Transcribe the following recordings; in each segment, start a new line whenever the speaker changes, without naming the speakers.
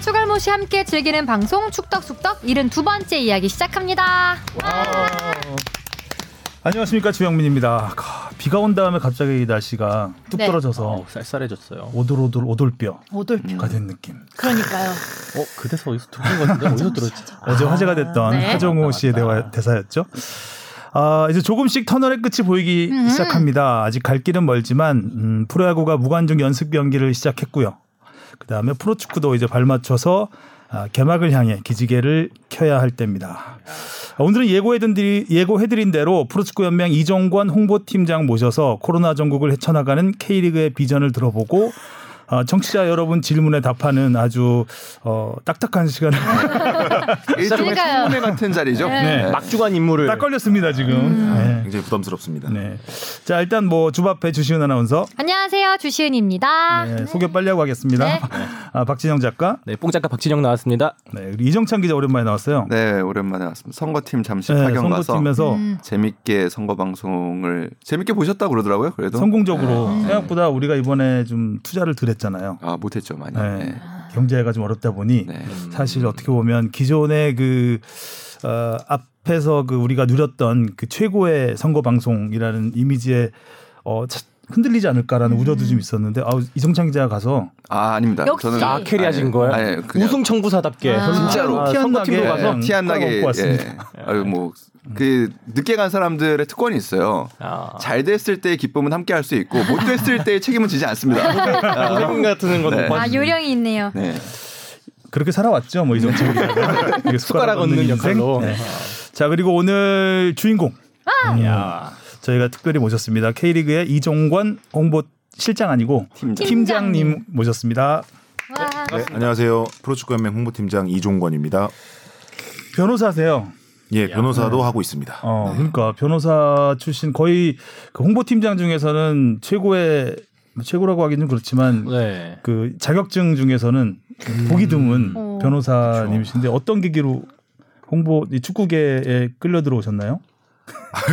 시모시 함께 즐기는 방송 축덕숙덕 72번째 이야기 시작합니다.
안녕하십니까 주영민입니다. 가, 비가 온 다음에 갑자기 이 날씨가 뚝
네.
떨어져서
어, 쌀쌀해졌어요.
오돌오돌 오돌뼈가
오돌표.
된 느낌.
그러니까요.
어, 그래서 어디서 들은 건데 어디서 들었지? 네,
어제 화제가 됐던
네.
하정우
아, 맞다,
씨의
맞다.
대화, 대사였죠. 아, 이제 조금씩 터널의 끝이 보이기
음.
시작합니다. 아직 갈 길은 멀지만 음, 프로야구가 무관중 연습 경기를 시작했고요. 그다음에 프로축구도 이제 발맞춰서 아, 개막을 향해 기지개를 켜야 할 때입니다. 아, 오늘은 예고해드린, 디- 예고해드린 대로 프로축구연맹 이정관 홍보팀장 모셔서 코로나 전국을 헤쳐나가는 K리그의 비전을 들어보고 아, 청취자 여러분 질문에 답하는 아주 어, 딱딱한 시간을
일종의
그러니까요.
청문회 같은 자리죠.
네.
막중한 인물을
딱 걸렸습니다 지금. 네.
굉장히 부담스럽습니다.
네. 자 일단 뭐 주바페 주시은 아나운서
안녕하세요. 주시은입니다.
네, 소개 빨리 하고 가겠습니다.
네.
아, 박진영 작가,
네, 뽕 작가 박진영 나왔습니다.
네, 그리고 이정찬 기자 오랜만에 나왔어요.
네, 오랜만에 왔습니다. 선거팀 잠시
네,
파견 가서
선거팀에서
재밌게 선거 방송을 재밌게 보셨다 고 그러더라고요. 그래도
성공적으로 생각보다 우리가 이번에 좀 투자를 덜 했잖아요.
아 못했죠 많이.
네.
네.
경제가 좀 어렵다 보니
네.
사실 어떻게 보면 기존의 그 어, 앞에서 그 우리가 누렸던 그 최고의 선거 방송이라는 이미지에 어, 차- 흔들리지 않을까라는 우려도 좀 있었는데 아 이정찬 기자가 가서
아 아닙니다.
역시.
저는
아,
아, 캐리하신
아니,
거예요?
아니, 그냥-
우승 청구사답게
아.
진짜로.
아,
티 안
선거팀으로
나게.
가서
음,
티 안 나게
먹고 왔습니다.
예. 아유 뭐그 늦게 간 사람들의 특권이 있어요.
아.
잘 됐을 때의 기쁨은 함께 할 수 있고 못 됐을 때의 책임은 지지 않습니다.
고생 같은 건
네.
못
아,
봤는데.
요령이 있네요.
네.
그렇게 살아왔죠. 뭐 이정찬 기자가 이게
네. 숟가락 얹는
인생.
역할로.
네. 자 그리고 오늘 주인공 음.
야.
저희가 특별히 모셨습니다. K리그의 이종관 홍보 실장 아니고
팀장.
팀장님 모셨습니다.
와.
네, 안녕하세요. 프로축구연맹 홍보팀장 이종권입니다.
변호사세요.
예, 변호사도 하고 있습니다.
네.
어, 그러니까 변호사 출신 거의 그 홍보팀장 중에서는 최고의 뭐 최고라고 하긴 좀 그렇지만
네.
그 자격증 중에서는
음.
보기 드문
어.
변호사님이신데 어떤 계기로 홍보 이 축구계에 끌려 들어오셨나요?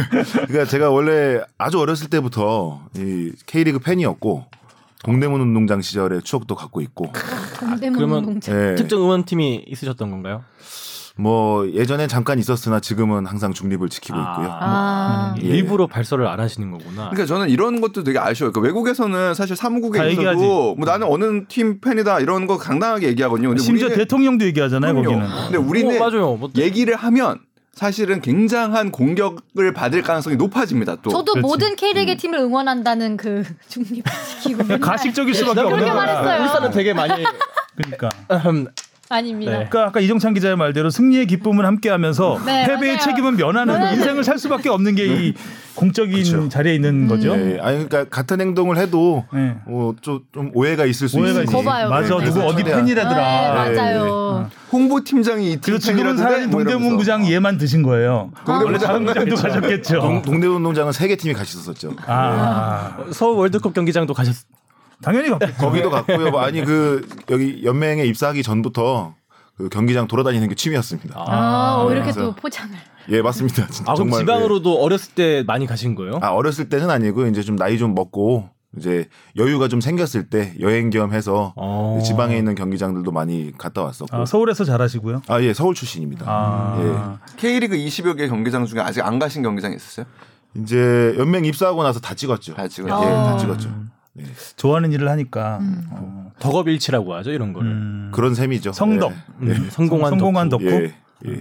그러니까 제가 원래 아주 어렸을 때부터 이 K리그 팬이었고 동대문 운동장 시절의 추억도 갖고 있고
동대문
그러면-
운동장.
예,
특정 의원팀이 있으셨던 건가요?
뭐 예전에 잠깐 있었으나 지금은 항상 중립을 지키고
아.
있고요.
아.
예.
일부러 발설을 안 하시는 거구나.
그러니까 저는 이런 것도 되게 아쉬워요. 그러니까 외국에서는 사실
아. 다
사무국에
얘기하지.
있어도 뭐 나는 어느 팀 팬이다 이런 거 당당하게 얘기하거든요. 근데
심지어
우리는-
대통령도 얘기하잖아요,
그럼요.
거기는.
근데
어,
우리는
맞아요. 뭐,
얘기를 하면 사실은 굉장한 공격을 받을 가능성이 높아집니다. 또
저도
그렇지.
모든 K리그 팀을 응원한다는 그 중립시키고 맨날
가식적일 수밖에 없는
네. 그렇게
거야.
말했어요. 네.
울산은 되게 많이
그러니까.
음,
아닙니다.
네.
그러니까 아까 이정찬 기자의 말대로 승리의 기쁨은 함께하면서
네,
패배의
맞아요. 네.
책임은 면하는 인생을 살 수밖에 없는 게 이 공적인 자리에 있는
음.
거죠.
예, 아니 그러니까 같은 행동을 해도
네.
어, 좀, 좀 오해가 있을 수
오해가
있으니
있어요.
음, 거봐요,
맞아
그거.
누구 어디
최대한.
네,
팬이라더라.
그렇죠. 네.
맞아요.
홍보팀장이 이팀
그렇죠. 그래서 지금은 사람이 동대문 아, 구장 얘만 드신 거예요.
아, 그
원래 다른 구장도 가셨겠죠.
동, 동대문 운동장은 세 개 팀이 같이 있었죠.
아
네.
서울 월드컵 경기장도 가셨.
당연히 갔겠죠.
거기도 갔고요. 아니 그 여기 연맹에 입사하기 전부터 그 경기장 돌아다니는 게 취미였습니다.
아, 어, 이렇게
그래서-
또 포장을.
예, 맞습니다. 진짜
아 그럼
정말
지방으로도 어렸을 때 많이 가신 거예요?
예. 아, 어렸을 때는 아니고 이제 좀 나이 좀 먹고 이제 여유가 좀 생겼을 때 여행 겸해서
어.
지방에 있는 경기장들도 많이 갔다 왔었고.
아, 서울에서 잘하시고요.
아, 예, 서울 출신입니다.
아
K리그 20여 개 경기장 중에 아직 안 가신 경기장 있었어요?
예. 이제 연맹 입사하고 나서 다 찍었죠.
다 찍었죠.
예, 다
아,
어.
찍었죠. 예.
좋아하는 일을 하니까
음.
어, 음.
덕업일치라고 하죠 이런 거를.
그런 셈이죠.
성덕.
음, 성공한
성공한
예.
덕후.
예. 예.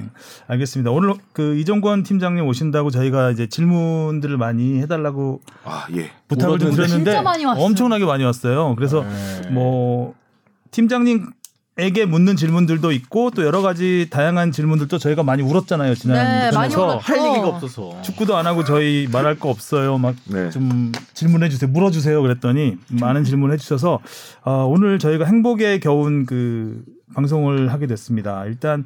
알겠습니다. 오늘 그 이정권 팀장님 오신다고 저희가 이제 질문들을 많이 해달라고
아, 예.
부탁을 좀
울었는데.
드렸는데
진짜 많이 왔어요. 네.
엄청나게 많이 왔어요. 그래서
네.
뭐 팀장님에게 묻는 질문들도 있고 또 여러 가지 다양한 질문들도 저희가 많이 울었잖아요 지난
네, 많이
방송에서.
울었죠.
할 얘기가 없어서.
축구도 안 하고 저희 말할 거 없어요. 막
네.
좀 질문해 주세요, 물어 주세요. 그랬더니 많은 질문을 해주셔서 어, 오늘 저희가 행복에 겨운 그 방송을 하게 됐습니다. 일단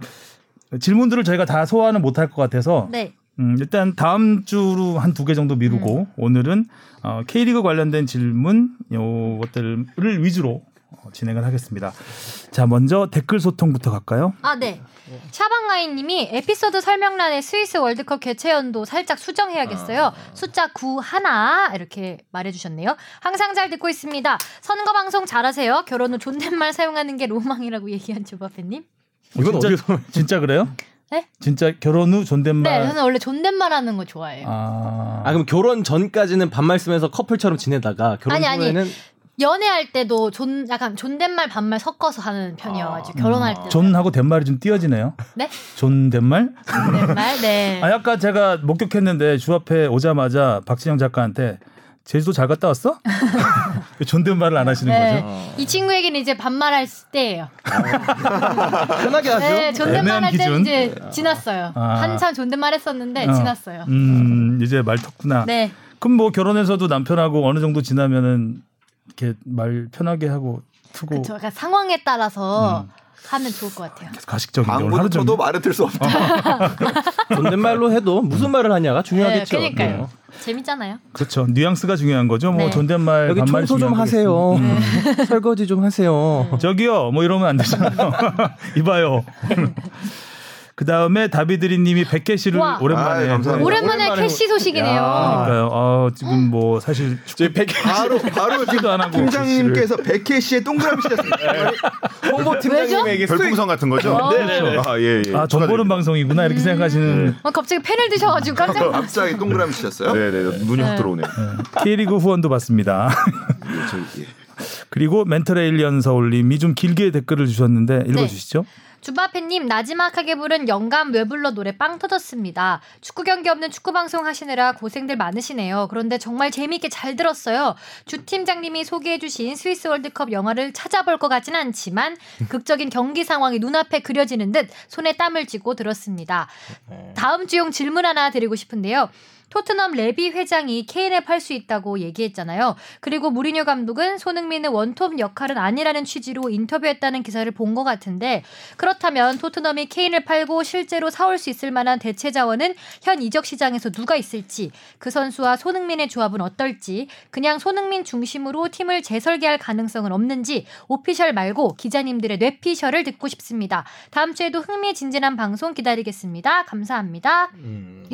질문들을 저희가 다 소화는 못할 것 같아서
네.
음, 일단 다음 주로 한 두 개 정도
음.
미루고 오늘은 어, K리그 관련된 질문 요것들을 위주로 어, 진행을 하겠습니다. 자, 먼저 댓글 소통부터 갈까요?
아, 네. 샤방가인님이 에피소드 설명란에 스위스 월드컵 개최 연도 살짝
아.
수정해야겠어요. 숫자 9 하나 이렇게 말해주셨네요. 항상 잘 듣고 있습니다. 선거 방송 잘하세요. 결혼 후 존댓말 사용하는 게 로망이라고 얘기한 조바페님.
이건
진짜,
어디서
진짜 그래요?
네?
진짜 결혼 후 존댓말.
네, 저는 원래 존댓말하는 거 좋아해요.
아,
아 그럼 결혼 전까지는 반말 쓰면서 커플처럼 지내다가 결혼
아니, 아니.
후에는
연애할 때도 존 약간 존댓말 반말 섞어서 하는 편이어가지고 결혼할 때
아. 음. 존하고 덴말이 좀 띄어지네요.
네?
존 덴말?
존댓말 네.
아, 아까 제가 목격했는데 주 앞에 오자마자 박진영 작가한테 제주도 잘 갔다 왔어? 왜 존댓말을 안 하시는 거죠?
네. 이 친구에게는 이제 반말할 때예요.
편하게 하죠.
네,
애매한
존댓말 할 때는
기준.
이제 지났어요.
아.
한참 존댓말 했었는데
어.
지났어요.
음, 이제 말 텄구나.
네.
그럼 뭐 결혼해서도 남편하고 어느 정도 지나면은 이렇게 말 편하게 하고 트고
그쵸. 그러니까 상황에 따라서 하면 좋을 것 같아요.
계속 가식적인 오늘
광고도
하루 아,
쳐도
종일.
말을 들 수 없다.
존댓말로 해도 무슨 말을 하냐가 중요하겠죠.
음. 네,
네.
그러니까요. 재밌잖아요.
그렇죠. 뉘앙스가 중요한 거죠. 뭐
네.
존댓말
여기
반말
청소 좀 하세요. 음. 설거지 좀 하세요.
저기요 뭐 이러면 안 되잖아요 이봐요 그 다음에 다비드리님이 백개씨를
와.
오랜만에
아이, 감사합니다.
오랜만에,
오랜만에
캐시 소식이네요.
그러니까요 아, 지금 뭐 사실 축구
저희 백
바로 바로
팀도 안 하고 그
팀장님께서 백혜 씨의 동그라미 씨였어요.
홍보 팀장님에게
별풍선 같은 거죠?
네.
아, 예, 예.
아 정보는 방송이구나 이렇게 생각하시는
어, 갑자기 펜을 드셔가지고 깜짝 놀랐어요.
갑자기 동그라미 씨였어요.
네, 네. 눈이 확 들어오네요.
K리그 후원도 받습니다
저기, 예.
그리고 멘털에일리언 서울님이 좀 길게 댓글을 주셨는데 읽어주시죠
네.
주바페님 나지막하게 부른 영감 왜 불러 노래 빵 터졌습니다. 축구 경기 없는 축구 방송 하시느라 고생들 많으시네요. 그런데 정말 재미있게 잘 들었어요. 주 팀장님이 소개해주신 스위스 월드컵 영화를 찾아볼 것 같진 않지만 극적인 경기 상황이 눈앞에 그려지는 듯 손에 땀을 쥐고 들었습니다. 다음 주용 질문 하나 드리고 싶은데요. 토트넘 레비 회장이 케인에 팔 수 있다고 얘기했잖아요. 그리고 무리뉴 감독은 손흥민의 원톱 역할은 아니라는 취지로 인터뷰했다는 기사를 본 것 같은데 그렇다면 토트넘이 케인을 팔고 실제로 사올 수 있을 만한 대체 자원은 현 이적 시장에서 누가 있을지 그 선수와 손흥민의 조합은 어떨지 그냥 손흥민 중심으로 팀을 재설계할 가능성은 없는지 오피셜 말고 기자님들의 뇌피셜을 듣고 싶습니다. 다음 주에도 흥미진진한 방송 기다리겠습니다. 감사합니다.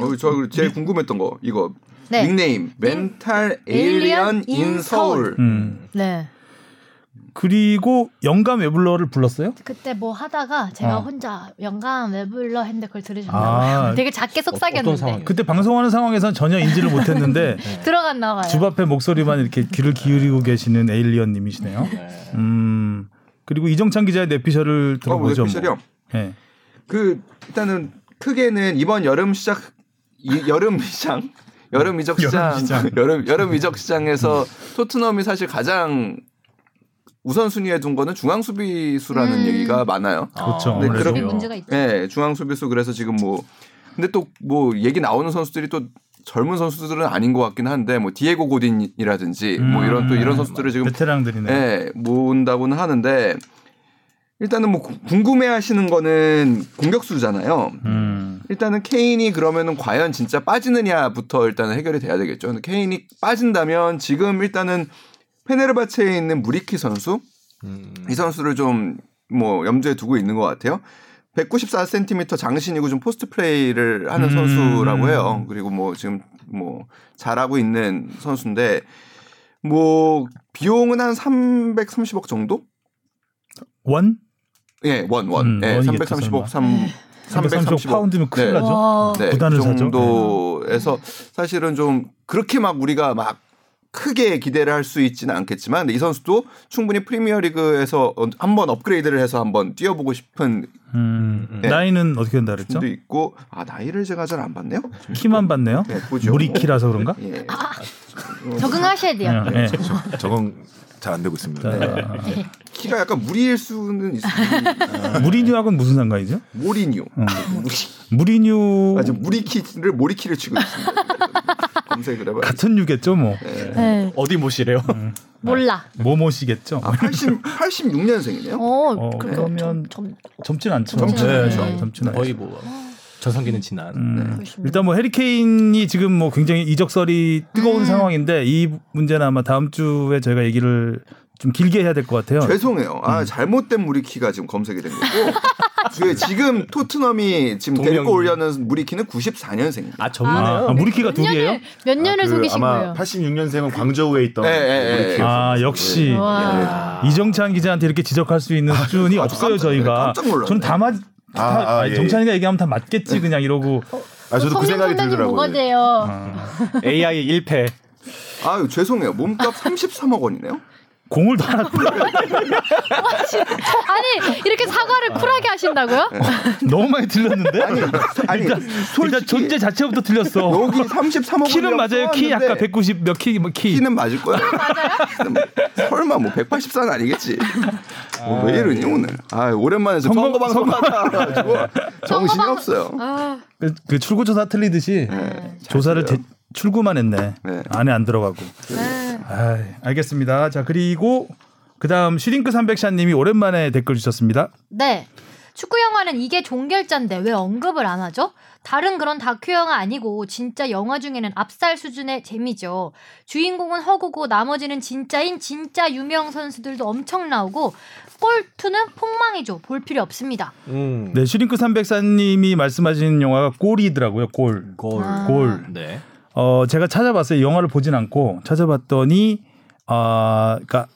어, 저 제일 궁금했던 거 이거
네.
닉네임 멘탈 에일리언 인 서울.
음.
네.
그리고 영감 외불러를 불렀어요
그때 뭐 하다가 제가
어.
혼자 영감 왜 불러 했는데 그걸 들으셨나봐요.
아
되게 작게
어떤
속삭였는데
상황이에요?
그때 방송하는 상황에선 전혀 인지를 못했는데
들어갔나봐요.
주 앞에 목소리만 이렇게 귀를 기울이고 계시는 에일리언님이시네요 음 그리고 이정찬 기자의 내피셜을
어, 뭐
들어보죠. 뭐.
셜이요
예.
그 일단은 크게는 이번 여름 시작 이, 여름 시장 여름 이적 시장
여름 시장.
여름 여름 이적 시장에서 토트넘이 사실 가장 우선순위에 둔 거는 중앙 수비수라는
음.
얘기가 많아요.
그렇죠.
네,
아무래도.
그게
그럼요.
문제가 있죠.
예, 중앙 수비수 그래서 지금 뭐 근데 또 뭐 얘기 나오는 선수들이 또 젊은 선수들은 아닌 것 같긴 한데 뭐 디에고 고딘이라든지 뭐 이런 또 이런 선수들을 지금
베테랑들이네.
예, 모은다고는 하는데 일단은 뭐 궁금해하시는 거는 공격수잖아요.
음.
일단은 케인이 그러면은 과연 진짜 빠지느냐부터 일단은 해결이 돼야 되겠죠. 근데 케인이 빠진다면 지금 일단은 페네르바체에 있는 무리키 선수 이 선수를 좀 뭐 염두에 두고 있는 것 같아요. 194cm 장신이고 좀 포스트 플레이를 하는
음.
선수라고 해요. 그리고 뭐 지금 뭐 잘하고 있는 선수인데 뭐 비용은 한 330억 정도?
원?
예, 원 원.
음,
예,
원이겠죠,
330억
설마.
3
330
330억
파운드면 큰일
네.
나죠.
와.
네, 그
구단을 사죠.
정도에서 사실은 좀 그렇게 막 우리가 막 크게 기대를 할 수 있지는 않겠지만 근데 이 선수도 충분히 프리미어리그에서 어, 한번 업그레이드를 해서 한번 뛰어보고 싶은
음.
네.
나이는 어떻게 된다 그랬죠?
분도 있고 아 나이를 제가 잘 안 봤네요.
키만 봤네요.
네, 보죠.
무리 키라서 그런가?
예.
아,
어,
적응하셔야 돼요.
예, 예.
그렇죠.
적응 잘 안 되고
아,
있습니다.
네.
네. 키가 약간 무리일 수는 있어요.
아. 무리뉴하고는 무슨 상관이죠?
모리뉴.
음.
무리,
무리뉴
아, 지금 무리키를 모리키를 치고 있습니다. 검색을 해봐요.
같은 유겠죠, 뭐.
네.
어디 모시래요?
음,
몰라.
모모시겠죠.
아, 80, 86년생이네요.
어,
어,
그렇게
그러면-
점, 점,
젊진 않죠.
젊진
네,
않아요.
네, 젊진 않죠.
거의 뭐 전성기는 지난.
음,
훨씬
일단 뭐 해리케인이 지금
음.
뭐 굉장히 이적설이 뜨거운 상황인데 이 문제는 아마 다음 주에 저희가 얘기를 좀 길게 해야 될 것 같아요.
죄송해요.
음.
아 잘못된 무리키가 지금 검색이 된 거고. 그 지금 토트넘이 지금 데리고
동명이네.
올려는 무리키는 94년생입니다.
아
아,
전문해요.
아,
네,
무리키가 두 개예요?
년을 몇 년을
그
속이신
아마
거예요?
86년생은 광저우에 있던
예, 예, 예.
우리
아, 역시
와.
이정찬 기자한테 이렇게 지적할 수 있는 수준이 없어요
아, 깜짝-
저희가.
깜짝 놀랐네.
저는 다 맞. 다,
아, 아,
아니,
예,
정찬이가 얘기하면 다 맞겠지 그냥 이러고
아 저도
성룡
그 생각이
선배님
들더라고요.
뭐가 돼요?
AI 1패.
아유 죄송해요. 몸값 33억 원이네요.
공을 더 하나 골라
아니 이렇게 사과를 쿨하게 하신다고요?
너무 많이 들렸는데
아니 뭐,
일단, 일단
솔직히
존재 자체부터 들렸어
여기 33억 원
키는 맞아요 키 아까 190 몇 키 뭐 키.
키는 맞을 거야. 맞아요? 설마 뭐 184는 아니겠지. 뭐왜 이러니 오늘. 아 오랜만에 저
예. 선거-
선거 방송 하다가지고 정신이
선거
없어요.
아,
그, 그 출구조사 틀리듯이
네, 잘
조사를
들려요.
대- 출구만 했네
네.
안에 안 들어가고
네.
아이, 알겠습니다. 자 그리고 그다음 슈링크 300샷님이 오랜만에 댓글 주셨습니다.
네. 축구 영화는 이게 종결자인데 왜 언급을 안 하죠? 다른 그런 다큐 영화 아니고 진짜 영화 중에는 압살 수준의 재미죠. 주인공은 허구고 나머지는 진짜인 진짜 유명 선수들도 엄청 나오고 골투는 폭망이죠. 볼 필요 없습니다.
음.
네 슈링크 300샷님이 말씀하신 영화가 골이더라고요. 골.
골.
골.
네.
어 제가 찾아봤어요. 영화를 보진 않고 찾아봤더니 아 그러니까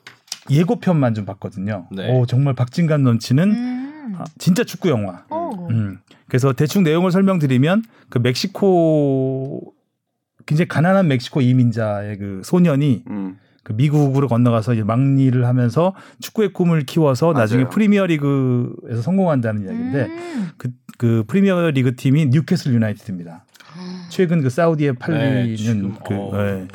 예고편만 좀 봤거든요.
네.
오 정말 박진감 넘치는
음.
아, 진짜 축구 영화.
오.
음. 그래서 대충 내용을 설명드리면 그 멕시코 굉장히 가난한 멕시코 이민자의 그 소년이
음.
그 미국으로 건너가서 이제 막리를 하면서 축구의 꿈을 키워서 나중에
맞아요.
프리미어리그에서 성공한다는 이야기인데
음.
그, 그 프리미어리그 팀이 뉴캐슬 유나이티드입니다. 최근 그 사우디에
네,
팔리는
지금,
그
어.
예.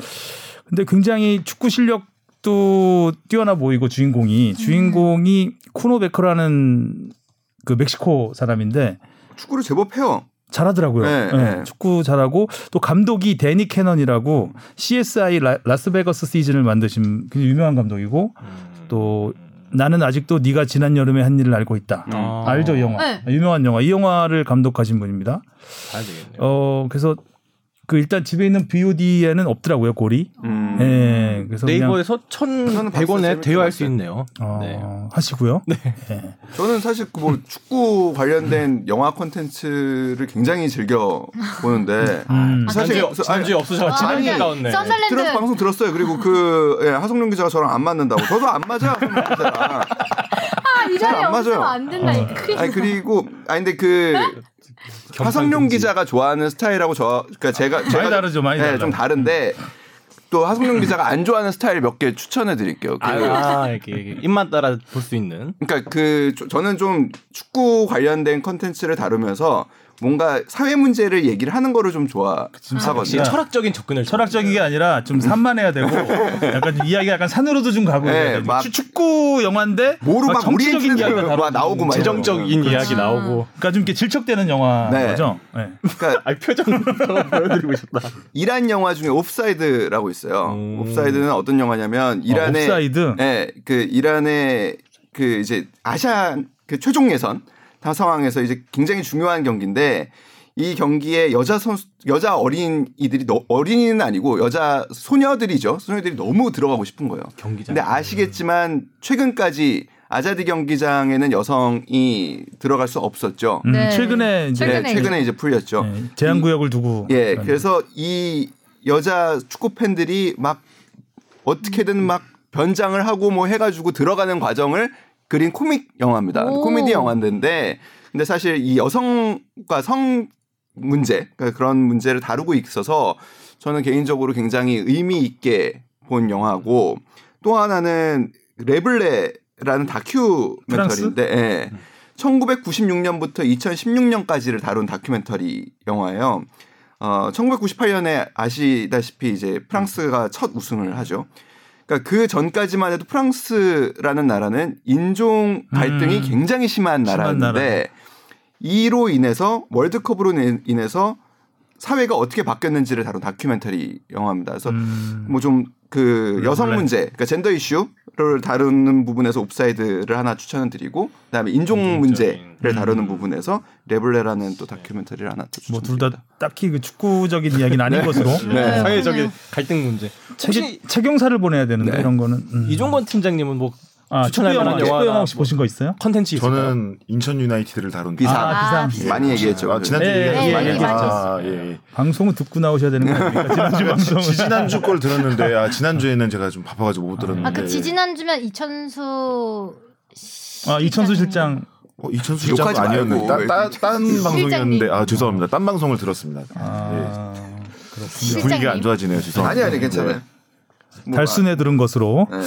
근데 굉장히 축구 실력도 뛰어나 보이고 주인공이 주인공이 쿠노베커라는 그 멕시코 사람인데
축구를 제법 해요.
잘하더라고요.
네,
예,
네.
축구 잘하고 또 감독이 데니 캐넌이라고
음.
CSI 라, 라스베거스 시즌을 만드신 굉장히 유명한 감독이고
음.
또 나는 아직도 네가 지난 여름에 한 일을 알고 있다.
아.
알죠 이 영화
네.
유명한 영화 이 영화를 감독하신 분입니다.
봐야 되겠네요.
어 그래서 그 일단 집에 있는 VOD에는 없더라고요 골이.
음.
예. 네, 그래서 그냥
네이버에서
저는 봤어요.
1,100원에 대여할 수
재밌게
있네요.
어,
네.
하시고요.
저는 사실 그뭐 축구 관련된 영화 콘텐츠를 굉장히 즐겨 보는데
음.
사실
아, 지난주에 없으셔가지고
아니,
아까웠네.
들어
썬덜랜드
방송 들었어요. 그리고 그 예, 하성룡 기자가 저랑 안 맞는다고. 저도 안 맞아. 하성룡 기자랑.
이
잘안
자리에 없으면
맞아요.
안 된다니까. 큰일
아니 그리고 아니 근데 그 하성룡 기자가 좋아하는 스타일하고 저 그러니까 제가 제가 좀-
다르죠, 음. 많이
예,
달라요.
좀 다른데 또 하성룡 기자가 안 좋아하는 스타일 몇 개 추천해 드릴게요. 그
아, 이렇게, 이렇게 입맛 따라 볼 수 있는.
그러니까 그 저- 저는 좀 축구 관련된 컨텐츠를 다루면서 뭔가 사회 문제를 얘기를 하는 거를 좀
역시
좋아하거든요.
네. 철학적인 접근을
철학적인 게 아니라 좀 산만해야 되고 약간 좀 이야기가 약간 산으로도 좀 가고
네,
해야 되고.
막
추- 축구 영화인데
뭐로 막
아, 정치적인
우리의
이야기가
막
다루고
나오고 막 이런 거.
재정적인 이야기 나오고.
그러니까 좀 이렇게 질척대는 영화인
네.
거죠. 네.
그러니까
아, 표정 보여드리고 싶다.
이란 영화 중에 옵사이드라고 있어요.
음. 아,
옵사이드는 어떤 영화냐면 이란의
옵사이드?
네, 그 이란의 그 이제 아시아 그 최종 예선 다 상황에서 이제 굉장히 중요한 경기인데 이 경기에 여자 선수 여자 어린이들이 너- 어린이는 아니고 여자 소녀들이죠. 소녀들이 너무 들어가고 싶은 거예요.
경기장.
근데 아시겠지만 최근까지 아자디 경기장에는 여성이 들어갈 수 없었죠.
음,
네.
최근에 이제
최근에
네, 최근에 이제 풀렸죠.
네, 제한 구역을 두고
예,
그런-
그래서 이 여자 축구 팬들이 막 어떻게든 막 변장을 하고 뭐 해가지고 들어가는 과정을 그린 코믹 영화입니다.
오.
코미디 영화인데, 근데 사실 이 여성과 성 문제 그러니까 그런 문제를 다루고 있어서 저는 개인적으로 굉장히 의미 있게 본 영화고 또 하나는 레블레라는 다큐멘터리인데 예. 1996년부터 2016년까지를 다룬 다큐멘터리 영화예요. 어, 1998년에 아시다시피 이제 프랑스가 첫 우승을 하죠. 그러니까 그 전까지만 해도 프랑스라는 나라는 인종 갈등이
음.
굉장히 심한
심한
나라였는데 이로 인해서 월드컵으로 인- 인해서 사회가 어떻게 바뀌었는지를 다룬 다큐멘터리 영화입니다. 그래서
음,
뭐 좀 그 여성
몰라요.
문제, 그러니까 젠더 이슈를 다루는 부분에서 옵사이드를 하나 추천을 드리고 그다음에 인종 음. 문제를 다루는 부분에서 레블레라는 또 다큐멘터리를 하나 또
뭐 둘 다
추천드립니다.
딱히 그 축구적인 이야기는 아닌 것으로
네.
사회적인 음. 갈등 문제. 혹시
책임, 책용사를 보내야 되는데
네.
이런 거는 음.
이종권 팀장님은 뭐
아,
추천할
축구 영화,
만한 영화나
축구 영화 혹시
뭐.
보신 거 있어요?
컨텐츠 있을까요?
저는 인천 유나이티드를 다룬
비상.
아,
아,
아,
비상.
비상.
예, 많이 얘기했죠.
아, 지난주
네,
얘기하셨죠?
네,
많이
네,
얘기했죠.
맞았어요.
아, 예, 예.
방송은 듣고 나오셔야 되는 거
네.
아닙니까? 지난주 방송은
지- 지난주 걸 들었는데 아, 지난주에는 제가 좀 바빠가지고 못 들었는데
아 그 지지난 주면 이천수 씨-
아, 이천수 실장
어, 이천수 실장
욕하지
아니었는데
말고.
딴, 딴, 딴 방송이었는데 아 죄송합니다 딴 방송을 들었습니다
아,
네.
그렇군요.
예. 분위기가 안
실장님.
좋아지네요 죄송합니다
아니 아니 괜찮아요. 뭐,
달순에 들은 것으로
아, 네.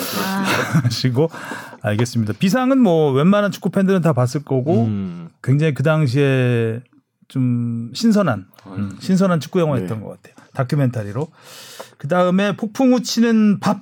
하시고 알겠습니다. 비상은 뭐 웬만한 축구 팬들은 다 봤을 거고
음.
굉장히 그 당시에 좀 신선한
아, 네.
음, 신선한 축구 영화였던
네.
것 같아요. 다큐멘터리로 그 다음에 폭풍우 치는 밥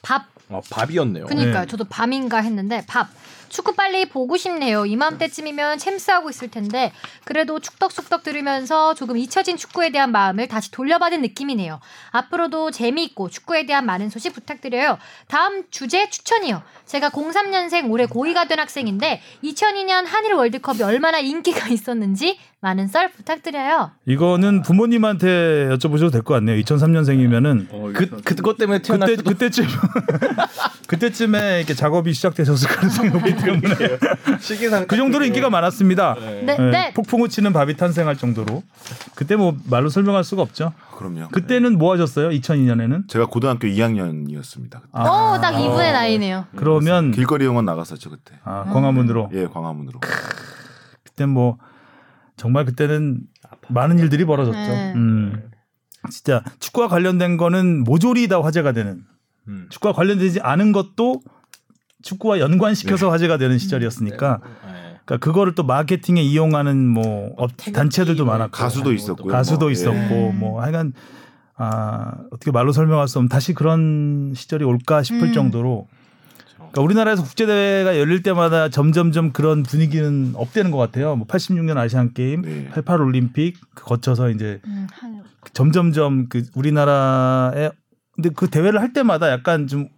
밥
어, 밥이었네요.
그니까요.
네.
저도 밤인가 했는데 밥. 축구 빨리 보고 싶네요. 이맘때쯤이면 챔스하고 있을 텐데 그래도 축덕숙덕 들으면서 조금 잊혀진 축구에 대한 마음을 다시 돌려받은 느낌이네요. 앞으로도 재미있고 축구에 대한 많은 소식 부탁드려요. 다음 주제 추천이요. 제가 03년생 올해 고2가 된 학생인데 2002년 한일 월드컵이 얼마나 인기가 있었는지 많은 썰 부탁드려요.
이거는 부모님한테 여쭤보셔도 될 것 같네요. 2003년생이면은
그, 그, 그것 때문에 태어났
그때 그때쯤 그때쯤에 이렇게 작업이 시작되셨을 가능성이 높기 때문에
시기상
그 정도로 인기가 많았습니다.
네,
예,
네.
폭풍우 치는 밥이 탄생할 정도로 그때 뭐 말로 설명할 수가 없죠.
네, 그럼요
그때는 뭐 하셨어요? 2002년에는
제가 고등학교 2학년이었습니다
아,
오, 어, 딱 이분의 나이네요.
그러면
길거리 응원 나갔었죠 그때
아, 광화문으로
예 광화문으로
그때 뭐 정말 그때는 많은 일들이 벌어졌죠.
네.
음. 진짜 축구와 관련된 거는 모조리 다 화제가 되는
음.
축구와 관련되지 않은 것도 축구와 연관시켜서
네.
화제가 되는 시절이었으니까
네.
그러니까 그거를 또 마케팅에 이용하는 뭐 업-
태극기,
단체들도
뭐
많았고
어, 네. 가수도 있었고요
아, 가수도
뭐. 예.
있었고 뭐 하여간 아, 어떻게 말로 설명할 수 없는 다시 그런 시절이 올까 싶을
음.
정도로
그렇죠.
그러니까 우리나라에서 국제 대회가 열릴 때마다 점점점 그런 분위기는 업되는 것 같아요. 뭐 86년 아시안 게임,
네.
88 올림픽 그 거쳐서 이제
음, 한-
점점점 그 우리나라에 근데 그 대회를 할 때마다 약간 좀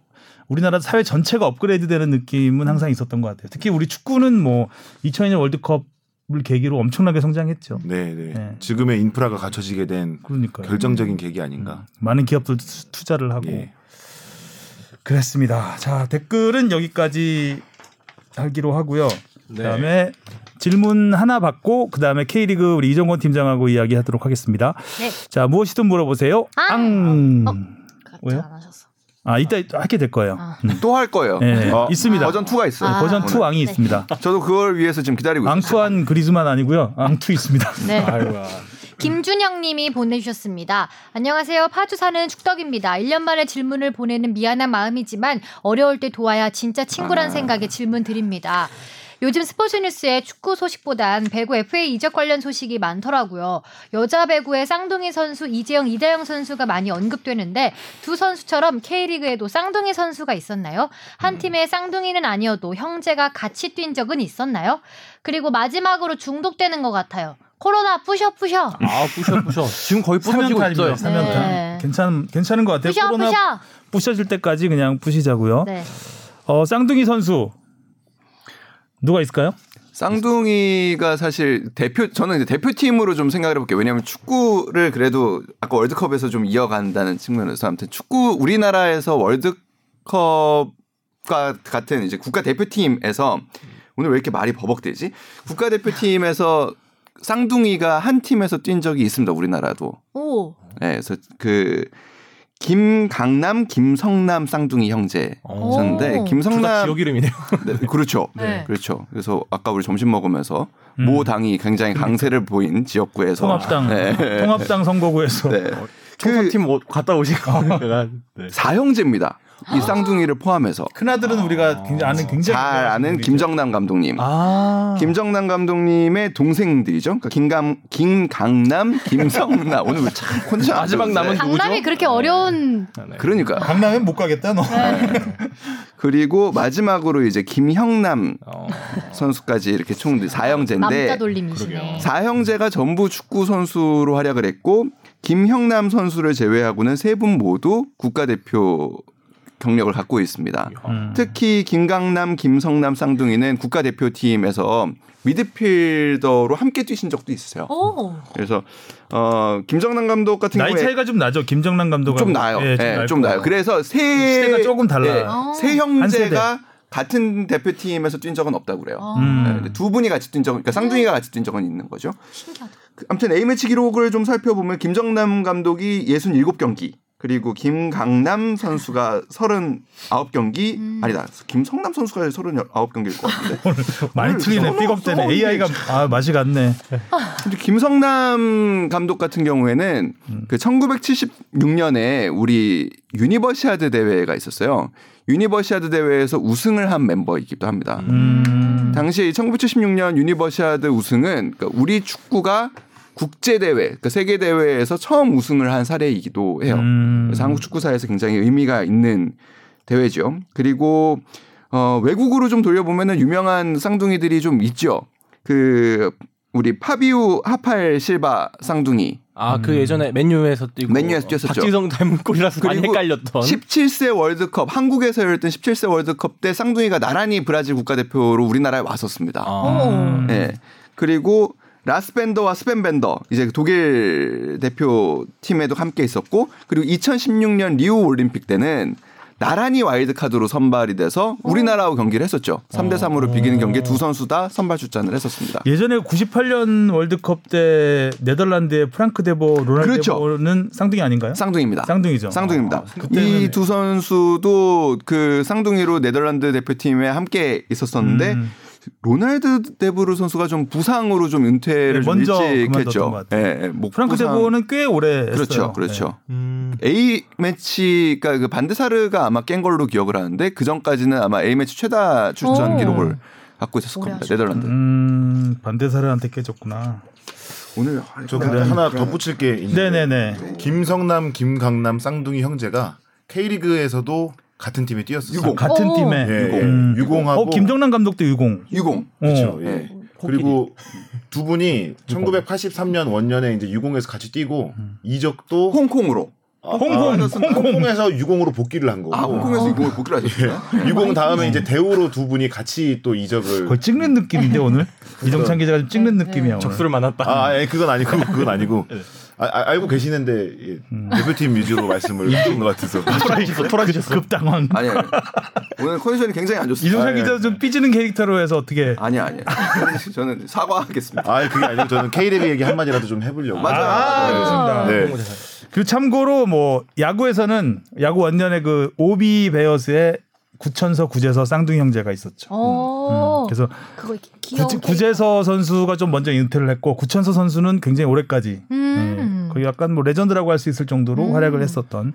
우리나라 사회 전체가 업그레이드되는 느낌은 항상 있었던 것 같아요. 특히 우리 축구는 뭐 2002년 월드컵을 계기로 엄청나게 성장했죠.
네, 네.
네.
지금의 인프라가 갖춰지게 된
그러니까 요
결정적인 계기 아닌가
많은 기업들 투- 투자를 하고
예.
그랬습니다. 자 댓글은 여기까지 하기로 하고요.
네.
그다음에 질문 하나 받고 그다음에 K리그 우리 이정권 팀장하고 이야기하도록 하겠습니다.
네.
자 무엇이든 물어보세요.
아. 어.
앙.
같이
왜요?
안 하셨어.
아 이따 하게 될 거예요.
아.
또 할 거예요.
네,
어.
있습니다. 네,
버전 2가 있어요.
아.
버전
오늘.
2 왕이 있습니다.
아, 저도 그걸 위해서 지금 기다리고 있어요.
앙투안 그리즈만 아니고요. 앙투 있습니다.
네.
아이고야.
김준영 님이 보내주셨습니다. 안녕하세요. 파주 사는 축덕입니다. 1년 만에 질문을 보내는 미안한 마음이지만 어려울 때 도와야 진짜 친구란 생각에 질문 드립니다. 요즘 스포츠 뉴스에 축구 소식보단 배구 FA 이적 관련 소식이 많더라고요. 여자 배구의 쌍둥이 선수 이재영, 이다영 선수가 많이 언급되는데 두 선수처럼 K리그에도 쌍둥이 선수가 있었나요? 한 팀의 쌍둥이는 아니어도 형제가 같이 뛴 적은 있었나요? 그리고 마지막으로 중독되는 것 같아요. 코로나 부셔 부셔.
아 부셔 부셔. 지금 거의 부서지고
사면탄입니다.
있어요.
사면탄.
네.
괜찮 괜찮은 것 같아요.
부셔
네, 코로나
부셔.
어? 부셔질 때까지 그냥 부시자고요.
네.
어, 쌍둥이 선수 누가 있을까요?
쌍둥이가 사실 대표 저는 이제 대표팀으로 좀 생각을 해볼게요. 왜냐하면 축구를 그래도 아까 월드컵에서 좀 이어간다는 측면에서 아무튼 축구 우리나라에서 월드컵과 같은 이제 국가 대표팀에서 오늘 왜 이렇게 말이 버벅대지? 국가 대표팀에서 쌍둥이가 한 팀에서 뛴 적이 있습니다. 우리나라도.
오.
네, 그래서 그 김강남 김성남 쌍둥이 형제였는데
오.
둘다
김성남
지역 이름이네요. 음.
네, 그렇죠.
네.
그렇죠. 그래서 아까 우리 점심 먹으면서 모 당이 굉장히
그러니까.
강세를 보인 지역구에서
통합당
네.
통합당 선거구에서
네.
어, 총사팀 오- 그 갔다 오시고. 네.
사형제입니다. 이 쌍둥이를 포함해서
그
큰아들은 우리가 굉장히 아는 굉장히 뭐,
잘 아는 김정남 감독님.
아
김정남 감독님의 동생들이죠. 그러니까 김감, 김강남, 김성남. 오늘 왜참 혼자 안
마지막 남은
들었네.
누구죠?
강남이 그렇게 어려운
네.
그러니까
강남엔 못 가겠다 너.
아, 그리고 마지막으로 이제 김형남
어.
선수까지 이렇게 총 사형제인데
남자 돌림이시네.
사형제가 전부 축구 선수로 활약을 했고 김형남 선수를 제외하고는 세 분 모두 국가대표 경력을 갖고 있습니다.
음.
특히 김강남, 김성남 쌍둥이는 국가대표팀에서 미드필더로 함께 뛰신 적도 있으세요.
오.
그래서 어 김정남 감독 같은
나이
경우에
차이가 좀 나죠. 김정남 감독하고
좀 나요.
예, 좀
예,
날 거고. 음,
좀 나요. 그래서 세 예,
시대가 조금 달라요.
어.
세
한 세대.
형제가 같은 대표팀에서 뛴 적은 없다고 그래요.
어.
음.
네, 근데 두 분이 같이 뛴 적은, 그러니까 쌍둥이가 같이 뛴 적은 있는 거죠.
네. 신기하다.
그, 아무튼 A매치 기록을 좀 살펴보면 김정남 감독이 67경기, 그리고 김강남 선수가 39경기,
음.
아니다, 김성남 선수가 39경기일 것 같은데.
많이
오늘
틀리네.
너무
삐걱대네.
너무
AI가 아 맛이 갔네.
근데 김성남 감독 같은 경우에는 그 1976년에 우리 유니버시아드 대회가 있었어요. 유니버시아드 대회에서 우승을 한 멤버이기도 합니다.
음.
당시 1976년 유니버시아드 우승은 그러니까 우리 축구가 국제 대회, 그러니까 세계 대회에서 처음 우승을 한 사례이기도 해요.
음.
그래서 한국 축구사에서 굉장히 의미가 있는 대회죠. 그리고 어, 외국으로 좀 돌려보면은 유명한 쌍둥이들이 좀 있죠. 그 우리 파비우 하팔 실바 쌍둥이
아 그 예전에 맨유에서 뛰고
맨유에서 뛰었었죠.
박지성 닮은 꼴이라서 많이
그리고
헷갈렸던
17세 월드컵 한국에서 열렸던 17세 월드컵 때 쌍둥이가 나란히 브라질 국가대표로 우리나라에 왔었습니다.
아.
오.
예. 그리고 라스벤더와 스벤벤더 이제 독일 대표 팀에도 함께 있었고 그리고 2016년 리우 올림픽 때는 나란히 와일드 카드로 선발이 돼서 우리나라하고 경기를 했었죠. 3대 3으로 비기는 경기에 두 선수 다 선발 출전을 했었습니다.
어. 예전에 98년 월드컵 때 네덜란드의 프랑크 데보
그렇죠.
로날드보는 쌍둥이 아닌가요?
쌍둥이입니다.
쌍둥이죠.
입니다
아, 그때는-
이 두 선수도 그 쌍둥이로 네덜란드 대표팀에 함께 있었었는데
음.
로날드 데브루 선수가 좀 부상으로 좀 은퇴를
네,
좀
먼저 그만뒀던
일찍
것
했죠.
같아요.
예, 예, 목
프랑크
부상.
데보는 꽤 오래 했어요.
그렇죠,
네.
그렇죠. A 매치가 그 반데사르가 아마 깬 걸로 기억을 하는데 그 전까지는 아마 A 매치 최다 출전
오.
기록을 갖고 있었을
오래
겁니다.
하셨구나.
네덜란드.
음, 반대사람한테 깨졌구나.
오늘
저 근데 하나 덧붙일 게 있는데
음. 네. 네네네.
김성남, 김강남 쌍둥이 형제가 K리그에서도 같은 팀에 뛰었어요.
유공.
같은
오.
팀에.
예, 예.
음.
유공하고
어, 김정남 감독도 유공.
유공.
그렇죠.
어.
예. 그리고 두 분이 1983년 원년에 이제 유공에서 같이 뛰고 이적도
홍콩으로.
아,
음. 홍콩,
아,
홍콩.
홍콩에서 유공으로 복귀를 한 거고
아 홍콩에서 유공을 복귀를 하셨어요.
네.
유공 다음에 이제 대우로 두 분이 같이 또 이적을
거의 찍는 느낌인데 오늘 이정찬 기자가 좀 찍는
네,
느낌이야. 오늘.
그렇죠. 적수를 만났다.
아, 아니, 그건 아니고 그건 아니고 아, 아, 알고 계시는데 예, 대표팀 위주로 말씀을 드린 것 같아서
토라지셨어, 토라지셨어.
급당황.
아니 아니. 오늘 컨디션이 굉장히 안 좋습니다.
아,
네.
이정찬
예.
기자 좀 삐지는 캐릭터로 해서 어떻게?
아니 아니. 저는 사과하겠습니다.
아 그게 아니고 저는 K리그 얘기 한 마디라도 좀 해보려고
맞아요.
알겠습니다.
네.
그 참고로 뭐 야구에서는 야구 원년에 그 오비 베어스의 구천서 구재서 쌍둥이 형제가 있었죠.
오.
그래서
그거 이렇게 어, 귀여운
구재, 구재서 선수가 좀 먼저 은퇴를 했고 구천서 선수는 굉장히 오래까지
음.
예, 거의 약간 뭐 레전드라고 할 수 있을 정도로 활약을 했었던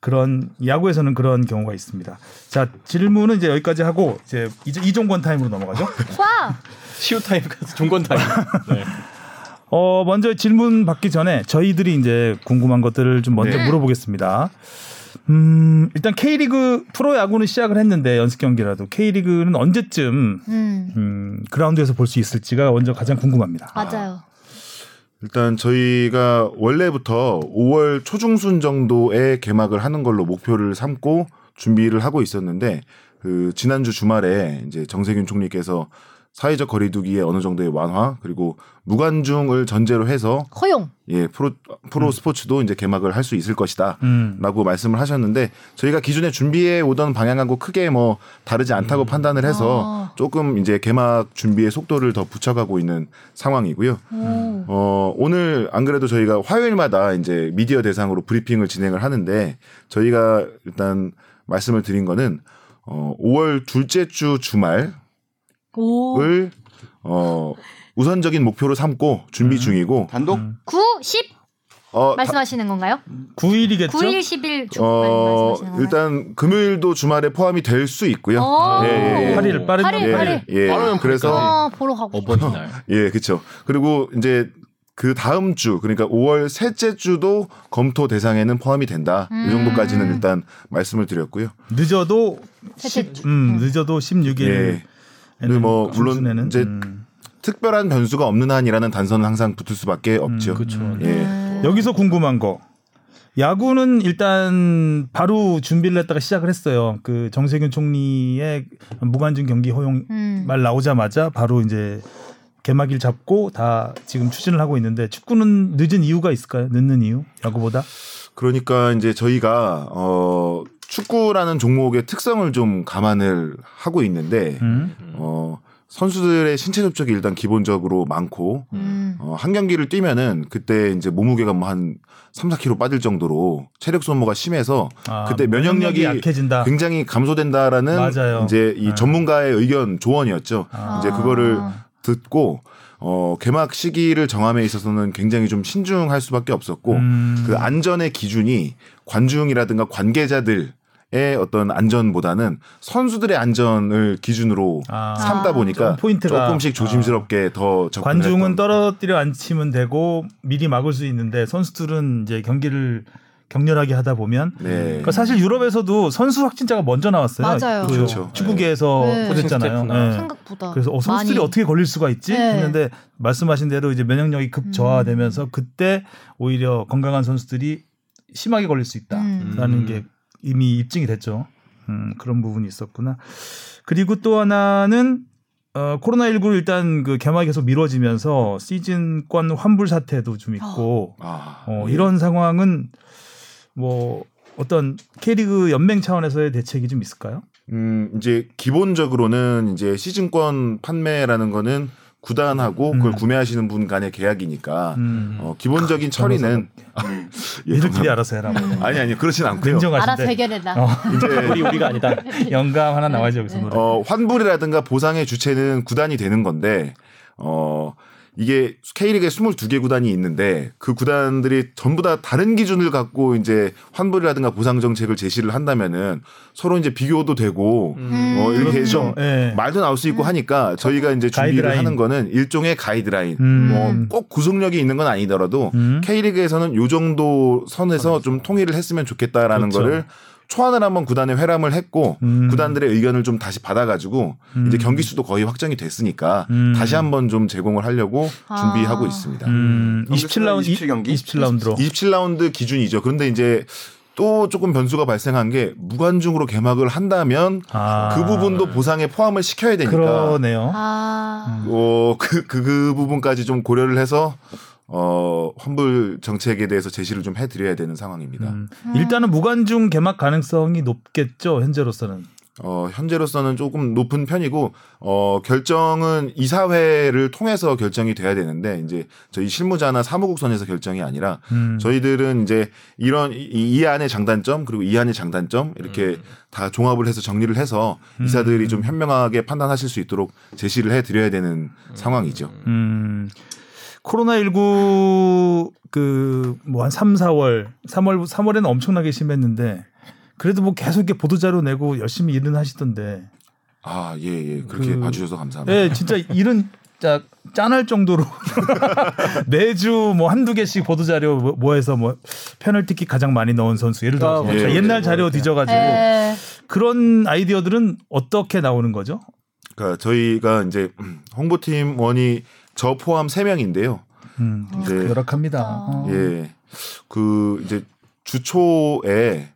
그런 야구에서는 그런 경우가 있습니다. 자 질문은 이제 여기까지 하고 이제 이제 이종권 타임으로 넘어가죠.
와.
시우 타임 가서 종건 타임. 네.
어, 먼저 질문 받기 전에 저희들이 이제 궁금한 것들을 좀
네.
먼저 물어보겠습니다. 음, 일단 K리그 프로야구는 시작을 했는데 연습 경기라도 K리그는 언제쯤
음.
음, 그라운드에서 볼 수 있을지가 먼저 가장 궁금합니다.
맞아요.
일단 저희가 원래부터 5월 초중순 정도에 개막을 하는 걸로 목표를 삼고 준비를 하고 있었는데 그 지난주 주말에 이제 정세균 총리께서 사회적 거리두기의 어느 정도의 완화 그리고 무관중을 전제로 해서
허용.
예 프로 프로 스포츠도 이제 개막을 할 수 있을 것이다.
음.
라고 말씀을 하셨는데 저희가 기존에 준비해 오던 방향하고 크게 뭐 다르지 않다고 판단을 해서
아.
조금 이제 개막 준비의 속도를 더 붙여가고 있는 상황이고요.
음.
음.
오.
어, 오늘 안 그래도 저희가 화요일마다 이제 미디어 대상으로 브리핑을 진행을 하는데 저희가 일단 말씀을 드린 거는 어, 5월 둘째 주 주말을
오.
어, 우선적인 목표로 삼고 준비 중이고
단독
9, 10
어, 다-
말씀하시는 건가요?
9일이겠죠?
9일, 10일 주
어,
말씀하시는 건가요?
일단 금요일도 주말에 포함이 될 수 있고요.
오.
예, 예, 예.
8일 빠른
팔일,
날
팔일.
예.
빠르면
그래서
어, 어, 보러 가고 싶어.
어버이날.
예, 그렇죠. 그리고 이제 그 다음 주 그러니까 5월 셋째 주도 검토 대상에는 포함이 된다.
음.
이 정도까지는 일단 말씀을 드렸고요.
늦어도
셋째 주.
음, 늦어도 16일. 음.
예. 근데 뭐 물론 이제 특별한 변수가 없는 한이라는 단서는 항상 붙을 수밖에 없죠.
음.
그렇죠.
예.
여기서 궁금한 거. 야구는 일단 바로 준비를 했다가 시작을 했어요. 그 정세균 총리의 무관중 경기 허용
음.
말 나오자마자 바로 이제 개막일 잡고 다 지금 추진을 하고 있는데 축구는 늦은 이유가 있을까요? 늦는 이유? 야구보다?
그러니까 이제 저희가 어 축구라는 종목의 특성을 좀 감안을 하고 있는데
음.
어 선수들의 신체 접촉이 일단 기본적으로 많고
음.
어, 한 경기를 뛰면은 그때 이제 몸무게가 뭐 한 3, 4kg 빠질 정도로 체력 소모가 심해서
아,
그때 면역력이
약해진다.
굉장히 감소된다라는
맞아요.
이제 이
네.
전문가의 의견 조언이었죠.
아.
이제 그거를 듣고 어 개막 시기를 정함에 있어서는 굉장히 좀 신중할 수밖에 없었고
음.
그 안전의 기준이 관중이라든가 관계자들의 어떤 안전보다는 선수들의 안전을 기준으로
아.
삼다
좀
보니까
포인트가- 아.
조금씩 조심스럽게 더 접근을
관중은
했던
떨어뜨려 앉히면 되고 미리 막을 수 있는데 선수들은 이제 경기를 격렬하게 하다 보면
네.
그러니까 사실 유럽에서도 선수 확진자가 먼저 나왔어요.
맞아요.
그
그렇죠.
축구계에서
네.
퍼졌잖아요.
스태프나.
네.
생각보다
그래서 어, 선수들이
많이.
어떻게 걸릴 수가 있지
네. 음.
했는데 말씀하신 대로 이제 면역력이 급 저하되면서 그때 오히려 건강한 선수들이 심하게 걸릴 수 있다라는
음.
음.
게 이미 입증이 됐죠. 음, 그런 부분이 있었구나. 그리고 또 하나는 어, 코로나19 일단 그 개막이 계속 미뤄지면서 시즌권 환불 사태도 좀 있고
아,
어,
예.
이런 상황은 뭐 어떤 K리그 연맹 차원에서의 대책이 좀 있을까요?
음, 이제 기본적으로는 이제 시즌권 판매라는 거는 구단하고 그걸
음.
구매하시는 분 간의 계약이니까
음.
어, 기본적인 처리는 예,
니들끼리 알아서 해라. 뭐.
아니 아니 그렇진 않고요.
알아서
냉정하신데
해결해라.
어.
이제
우리 우리가 아니다.
영감 하나 나와야죠 그 여기서 노래.
어, 환불이라든가 보상의 주체는 구단이 되는 건데 어 이게 K리그에 22개 구단이 있는데 그 구단들이 전부 다 다른 기준을 갖고 이제 환불이라든가 보상 정책을 제시를 한다면은 서로 이제 비교도 되고
음.
어 이렇게 좀
예.
말도 나올 수 있고 하니까 저희가 이제 준비를
가이드라인.
하는 거는 일종의 가이드라인.
음.
뭐 꼭 구속력이 있는 건 아니더라도
음.
K리그에서는 요 정도 선에서 좀 통일을 했으면 좋겠다라는
그렇죠.
거를 초안을 한번 구단에 회람을 했고
음.
구단들의 의견을 좀 다시 받아가지고
음.
이제 경기 수도 거의 확정이 됐으니까
음.
다시 한번 좀 제공을 하려고 준비하고
아.
있습니다.
음. 27라운드
27 경기?
27라운드로
27라운드 기준이죠. 그런데 이제 또 조금 변수가 발생한 게 무관중으로 개막을 한다면
아. 그렇죠.
그 부분도 보상에 포함을 시켜야 되니까
그러네요.
아.
어, 그, 그, 그 부분까지 좀 고려를 해서, 어, 환불 정책에 대해서 제시를 좀 해드려야 되는 상황입니다.
음. 일단은 무관중 개막 가능성이 높겠죠 현재로서는.
어, 현재로서는 조금 높은 편이고, 어, 결정은 이사회를 통해서 결정이 돼야 되는데, 이제 저희 실무자나 사무국 선에서 결정이 아니라,
음.
저희들은 이제 이런 이, 이 안의 장단점 그리고 이 안의 장단점 이렇게
음.
다 종합을 해서 정리를 해서 이사들이 좀 현명하게 판단하실 수 있도록 제시를 해드려야 되는 상황이죠.
음. 코로나 19그 뭐 한 3, 4월, 3월 3월에는 엄청나게 심했는데 그래도 뭐 계속 이렇게 보도 자료 내고 열심히 일은 하시던데.
아, 예, 예. 그렇게
그-
봐주셔서 감사합니다.
예, 진짜 일은 짜, 짠할 정도로 매주 뭐 한두 개씩 보도 자료 뭐- 모아서 뭐 페널티킥 가장 많이 넣은 선수 예를 들어서
아,
맞아요.
자, 옛날 자료 뒤져 가지고
예.
에.
그런 아이디어들은 어떻게 나오는 거죠?
그러니까 저희가 이제 홍보팀원이 저 포함 3명인데요.
음.
이제
열악합니다. 어.
예. 그 이제 주초에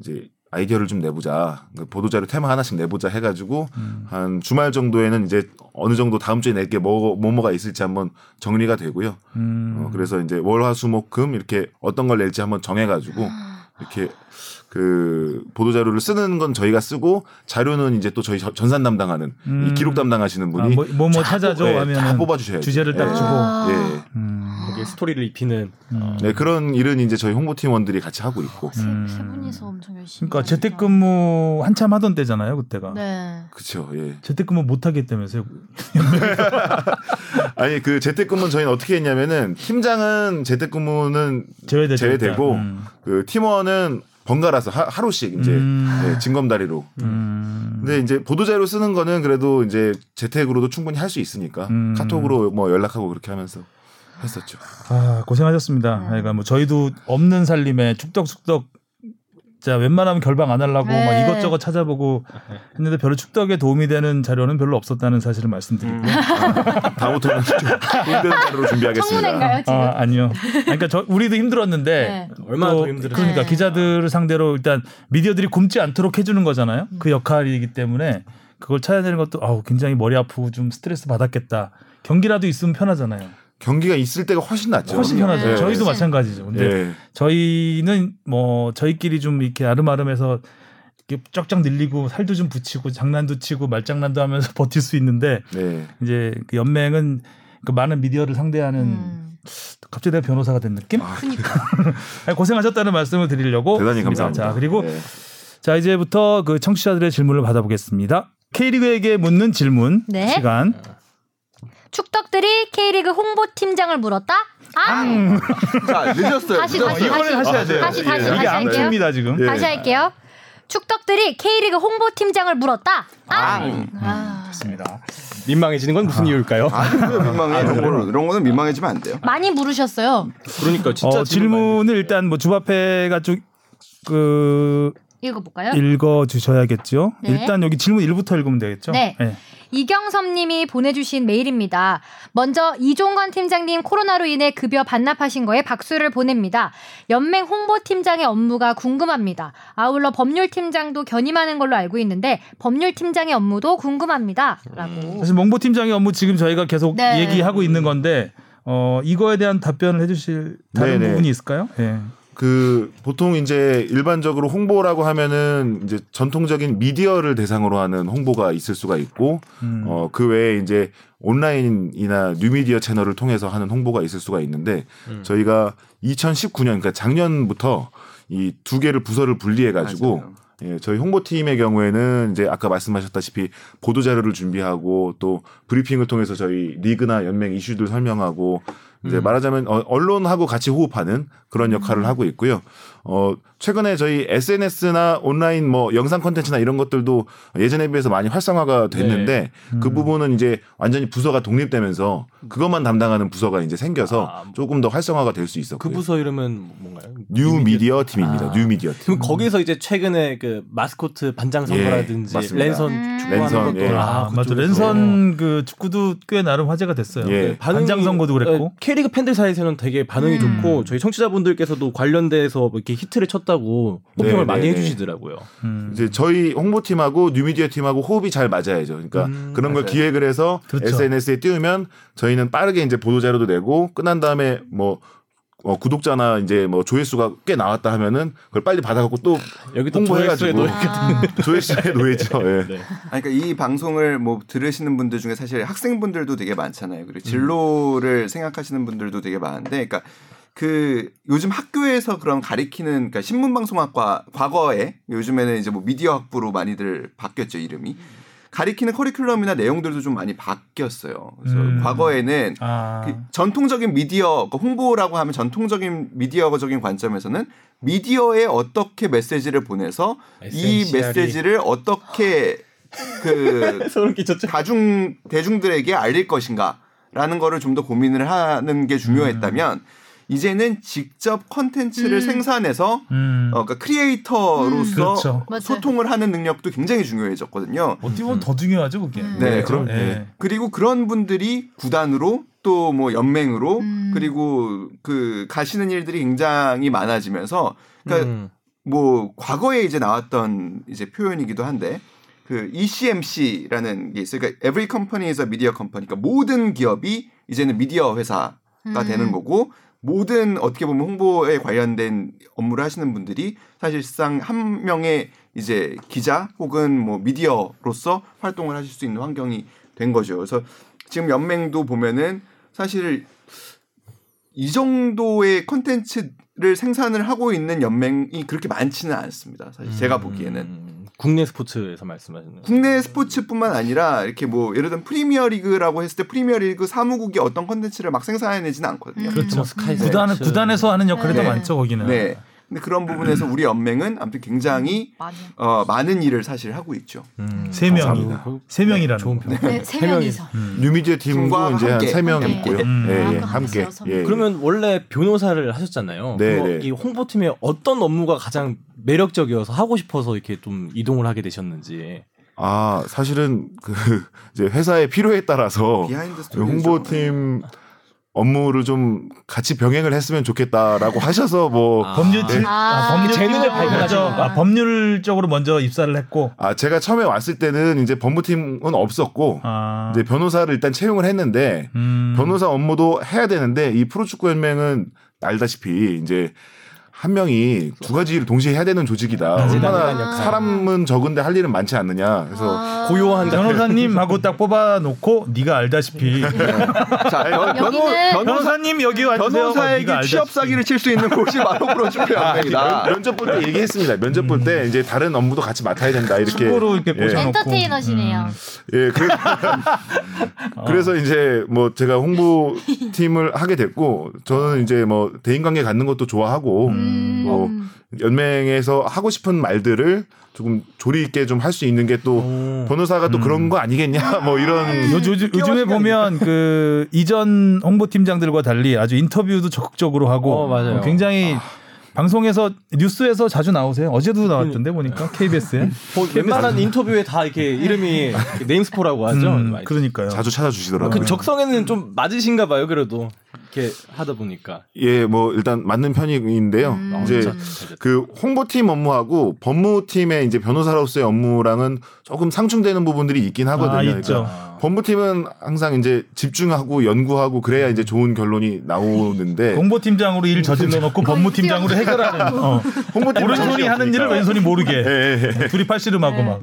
이제 아이디어를 좀 내보자. 그 보도자료 테마 하나씩 내보자 해가지고
어.
한 주말 정도에는 이제 어느 정도 다음 주에 낼게 뭐, 뭐뭐가 있을지 한번 정리가 되고요.
음.
어, 그래서 이제 월화수목금 이렇게 어떤 걸 낼지 한번 정해가지고 이렇게 그 보도 자료를 쓰는 건 저희가 쓰고 자료는 이제 또 저희 저- 전산 담당하는 이
음.
기록 담당하시는 분이
아, 뭐, 뭐 찾아줘
예, 다
하면
뽑아주셔야
주제를 딱
예.
주고
아.
예.
음.
거기에 스토리를 입히는 어,
네 그런 일은 이제 저희 홍보팀원들이 같이 하고 있고
아, 세,
음.
세 분이서 엄청 열심히.
그러니까
하니까.
재택근무 한참 하던 때잖아요 그때가
아, 네.
그렇죠. 예.
재택근무 못 하겠다면서요
아니 그 재택근무는 저희는 어떻게 했냐면은 팀장은 재택근무는
제외되죠
제외되고 그 팀원은 번갈아서 하, 하루씩 이제
음.
예, 징검다리로.
음.
근데 이제 보도자료 쓰는 거는 그래도 이제 재택으로도 충분히 할 수 있으니까
음.
카톡으로 뭐 연락하고 그렇게 하면서 했었죠.
음.
아 고생하셨습니다. 그러니까 뭐 저희도 없는 살림에 축덕숙덕 진짜 웬만하면 결방 안 하려고
네.
막 이것저것 찾아보고 했는데 별로 축덕에 도움이 되는 자료는 별로 없었다는 사실을
음.
말씀드리고 요
다음부터는 좀 힘든 자료로 준비하겠습니다.
청문회인가요 지금?
아, 아니요. 그러니까 저 우리도 힘들었는데
네.
얼마나
또
더 힘들었어요.
그러니까
네.
기자들을 상대로 일단 미디어들이 굶지 않도록 해주는 거잖아요.
음.
그 역할이기 때문에 그걸 찾아내는 것도 아우 굉장히 머리 아프고 좀 스트레스 받았겠다. 경기라도 있으면 편하잖아요.
경기가 있을 때가 훨씬 낫죠.
훨씬 편하죠.
네.
저희도
훨씬.
마찬가지죠. 근데
예.
저희는 뭐 저희끼리 좀 이렇게 아름아름해서 이렇게 쫙쫙 늘리고 살도 좀 붙이고 장난도 치고 말장난도 하면서 버틸 수 있는데
네.
이제 그 연맹은 그 많은 미디어를 상대하는
음.
갑자기 내가 변호사가 된 느낌?
그니까
아니, 고생하셨다는 말씀을 드리려고
대단히
했습니다.
감사합니다.
어, 자 그리고
네.
자 이제부터 그 청취자들의 질문을 받아보겠습니다. K리그에게 묻는 질문
네.
시간.
축덕들이 K리그 홍보팀장을 물었다. 아,
자 늦었어요.
다시,
늦었어요.
다시,
이번에 하셔야 돼요. 예.
다시, 다시,
이게
다시 할게요.
앙초입니다 지금. 어,
예.
다시 할게요. 축덕들이 K리그 홍보팀장을 물었다. 아,
앙.
아.
좋습니다.
민망해지는 건 무슨 이유일까요?
아, 그거 민망해. 이런 거는 이런 거는 민망해지면 안 돼요.
많이 물으셨어요.
그러니까 진짜
어, 질문을 일단 뭐 주바페가 쭉그
읽어볼까요?
읽어 주셔야겠죠.
네.
일단 여기 질문 1부터 읽으면 되겠죠.
네.
예.
이경섭님이 보내주신 메일입니다. 먼저 이종건 팀장님 코로나로 인해 급여 반납하신 거에 박수를 보냅니다. 연맹 홍보팀장의 업무가 궁금합니다. 아울러 법률팀장도 견임하는 걸로 알고 있는데 법률팀장의 업무도 궁금합니다라고.
사실 몽보 팀장의 업무 지금 저희가 계속
네.
얘기하고 있는 건데 어 이거에 대한 답변을 해주실 다른
네, 네.
부분이 있을까요? 예.
그 보통 이제 일반적으로 홍보라고 하면은 이제 전통적인 미디어를 대상으로 하는 홍보가 있을 수가 있고
음.
어 그 외에 이제 온라인이나 뉴미디어 채널을 통해서 하는 홍보가 있을 수가 있는데
음.
저희가 2019년 그러니까 작년부터 이 두 개를 부서를 분리해 가지고
맞아요.
예, 저희 홍보팀의 경우에는 이제 아까 말씀하셨다시피 보도 자료를 준비하고 또 브리핑을 통해서 저희 리그나 연맹 이슈들 설명하고
음.
이제 말하자면 어, 언론하고 같이 호흡하는 그런 역할을 하고 있고요. 어, 최근에 저희 SNS나 온라인 뭐 영상 콘텐츠나 이런 것들도 예전에 비해서 많이 활성화가 됐는데
음.
그 부분은 이제 완전히 부서가 독립되면서 그것만 담당하는 부서가 이제 생겨서
아, 뭐.
조금 더 활성화가 될 수 있었고요.
그 부서 이름은 뭔가요?
뉴미디어 팀입니다.
아.
뉴미디어 팀.
그럼 거기서 이제 최근에 그 마스코트 반장 선거라든지
맞습니다.
랜선
음.
축구하는
랜선,
것도
예.
아, 맞아.
그쪽에서.
랜선 그 축구도 꽤 나름 화제가 됐어요.
예.
반응이-
반장 선거도
어,
그랬고.
K리그 팬들 사이에서는 되게 반응이
음.
좋고 저희 청취자분들께서도 관련돼서 뭐 이렇게 히트를 쳤다고 호평을
네,
많이
네,
해주시더라고요.
음.
이제 저희 홍보팀하고 뉴미디어 팀하고 호흡이 잘 맞아야죠. 그러니까
음,
그런 걸
맞아요.
기획을 해서
그렇죠.
SNS에 띄우면 저희는 빠르게 이제 보도 자료도 내고 끝난 다음에 뭐 어, 구독자나 이제 뭐 조회수가 꽤 나왔다 하면은 그걸 빨리 받아갖고 또
여기 또 조회수에
홍보해가지고 아.
넣어야
조회수에 놓이죠. 예.
네.
아니, 그러니까 이 방송을 뭐 들으시는 분들 중에 사실 학생분들도 되게 많잖아요. 그리고 진로를 생각하시는 분들도 되게 많은데, 그러니까 그 요즘 학교에서 그런 가리키는 그러니까 신문방송학과 과거에 요즘에는 이제 뭐 미디어 학부로 많이들 바뀌었죠 이름이 가리키는 커리큘럼이나 내용들도 좀 많이 바뀌었어요. 그래서
음.
과거에는
아.
그 전통적인 미디어 그 홍보라고 하면 전통적인 미디어적인 관점에서는 미디어에 어떻게 메시지를 보내서 이
에센셜이.
메시지를 어떻게 그
소름 끼쳤죠.
다중 대중들에게 알릴 것인가라는 거를 좀 더 고민을 하는 게
음.
중요했다면 이제는 직접 컨텐츠를
음.
생산해서
음.
어, 그러니까 크리에이터로서
음.
그렇죠.
맞아요.
소통을 하는 능력도 굉장히 중요해졌거든요.
어떻게 보면 더 중요하죠, 그게.
음.
네,
그럼,
예.
네.
그리고 그런 분들이 구단으로 또 뭐 연맹으로
음.
그리고 그 가시는 일들이 굉장히 많아지면서 그러니까
음.
뭐 과거에 이제 나왔던 이제 표현이기도 한데 그 ECMC라는 게 있어요. 그러니까 every company is a media company. 그러니까 모든 기업이 이제는 미디어 회사가
음.
되는 거고 모든 어떻게 보면 홍보에 관련된 업무를 하시는 분들이 사실상 한 명의 이제 기자 혹은 뭐 미디어로서 활동을 하실 수 있는 환경이 된 거죠. 그래서 지금 연맹도 보면은 사실 이 정도의 컨텐츠를 생산을 하고 있는 연맹이 그렇게 많지는 않습니다. 사실 제가 보기에는
음, 국내 스포츠에서 말씀하셨네요.
국내 스포츠뿐만 아니라 이렇게 뭐 예를 들면 프리미어 리그라고 했을 때 프리미어 리그 사무국이 어떤 컨텐츠를 막 생산해내지는 않거든요.
음.
그렇죠. 스카이
구단, 구단에서 하는 역할이
네.
더 많죠, 거기는.
네. 근데 그런 부분에서 우리 연맹은 아무튼 굉장히
많이.
어, 많은 일을 사실 하고 있죠.
음, 세 명이
감사합니다.
세 명이라는
좋은
거.
평.
네, 세 명이서.
뉴미디어 팀도
팀과
이제
함께.
한세명
함께.
있고요.
음.
예, 예,
아,
함께.
그래서.
예, 예.
그러면 원래 변호사를 하셨잖아요.
네,
그거
네.
이 홍보팀에 어떤 업무가 가장 매력적이어서 하고 싶어서 이렇게 좀 이동을 하게 되셨는지.
아 사실은 그 이제 회사의 필요에
어,
따라서
비하인드 스토리
홍보팀 업무를 좀 같이 병행을 했으면 좋겠다라고 하셔서 뭐
아.
법률 지-
아,
법률
재능을
먼저
발견하셨구나.
아, 법률적으로 먼저 입사를 했고
아 제가 처음에 왔을 때는 이제 법무팀은 없었고
아,
이제 변호사를 일단 채용을 했는데
음,
변호사 업무도 해야 되는데 이 프로축구 연맹은 알다시피 이제 한 명이 두 가지 일을 동시에 해야 되는 조직이다. 얼마나 사람은 적은데 할 일은 많지 않느냐. 그래서
아.
고요한
변호사님하고 딱 뽑아놓고 네가 알다시피
아,
자, 변, 변호,
여기는
변호사,
변호사님 여기 와주세요. 네가
변호사에게
알다시피. 아,
취업 사기를 칠 수 있는 곳이 바로 프로축구연맹이다.
아, 면접 볼 때 얘기했습니다. 면접 볼 때
음.
이제 다른 업무도 같이 맡아야 된다. 이렇게
친구로 이렇게
예.
꽂아놓고
엔터테이너시네요.
예, 그래,
어.
그래서 이제 뭐 제가 홍보팀을 하게 됐고 저는 이제 뭐 대인관계 갖는 것도 좋아하고
음.
뭐 연맹에서 하고 싶은 말들을 조금 조리 있게 좀 할 수 있는 게 또 변호사가 또 그런 거 아니겠냐 뭐 이런
음. 요즘, 요즘에 보면 그 이전 홍보팀장들과 달리 아주 인터뷰도 적극적으로 하고
어, 맞아요.
어, 굉장히 방송에서 뉴스에서 자주 나오세요. 어제도 나왔던데 보니까 KBS에.
뭐 웬만한 인터뷰에 다 이렇게 이름이 이렇게 네임스포라고 하죠. 많이.
음, 어, 그러니까요.
자주 찾아주시더라고요.
그 적성에는 좀 맞으신가 봐요. 그래도 이렇게 하다 보니까.
예, 뭐 일단 맞는 편인데요.
음.
아,
이제
어,
진짜
음,
잘 됐다.
그 홍보팀 업무하고 법무팀의 이제 변호사로서의 업무랑은 조금 상충되는 부분들이 있긴 하거든요. 그러니까
아, 있죠.
법무팀은 항상 이제 집중하고 연구하고 그래야 이제 좋은 결론이 나오는데
공보팀장으로 일 저질러 놓고 법무팀장으로 해결하는. 어.
홍보팀은 정신이
오른손이 하는
없으니까.
일을 왼손이
예,
모르게.
예, 예.
둘이 팔씨름하고 막.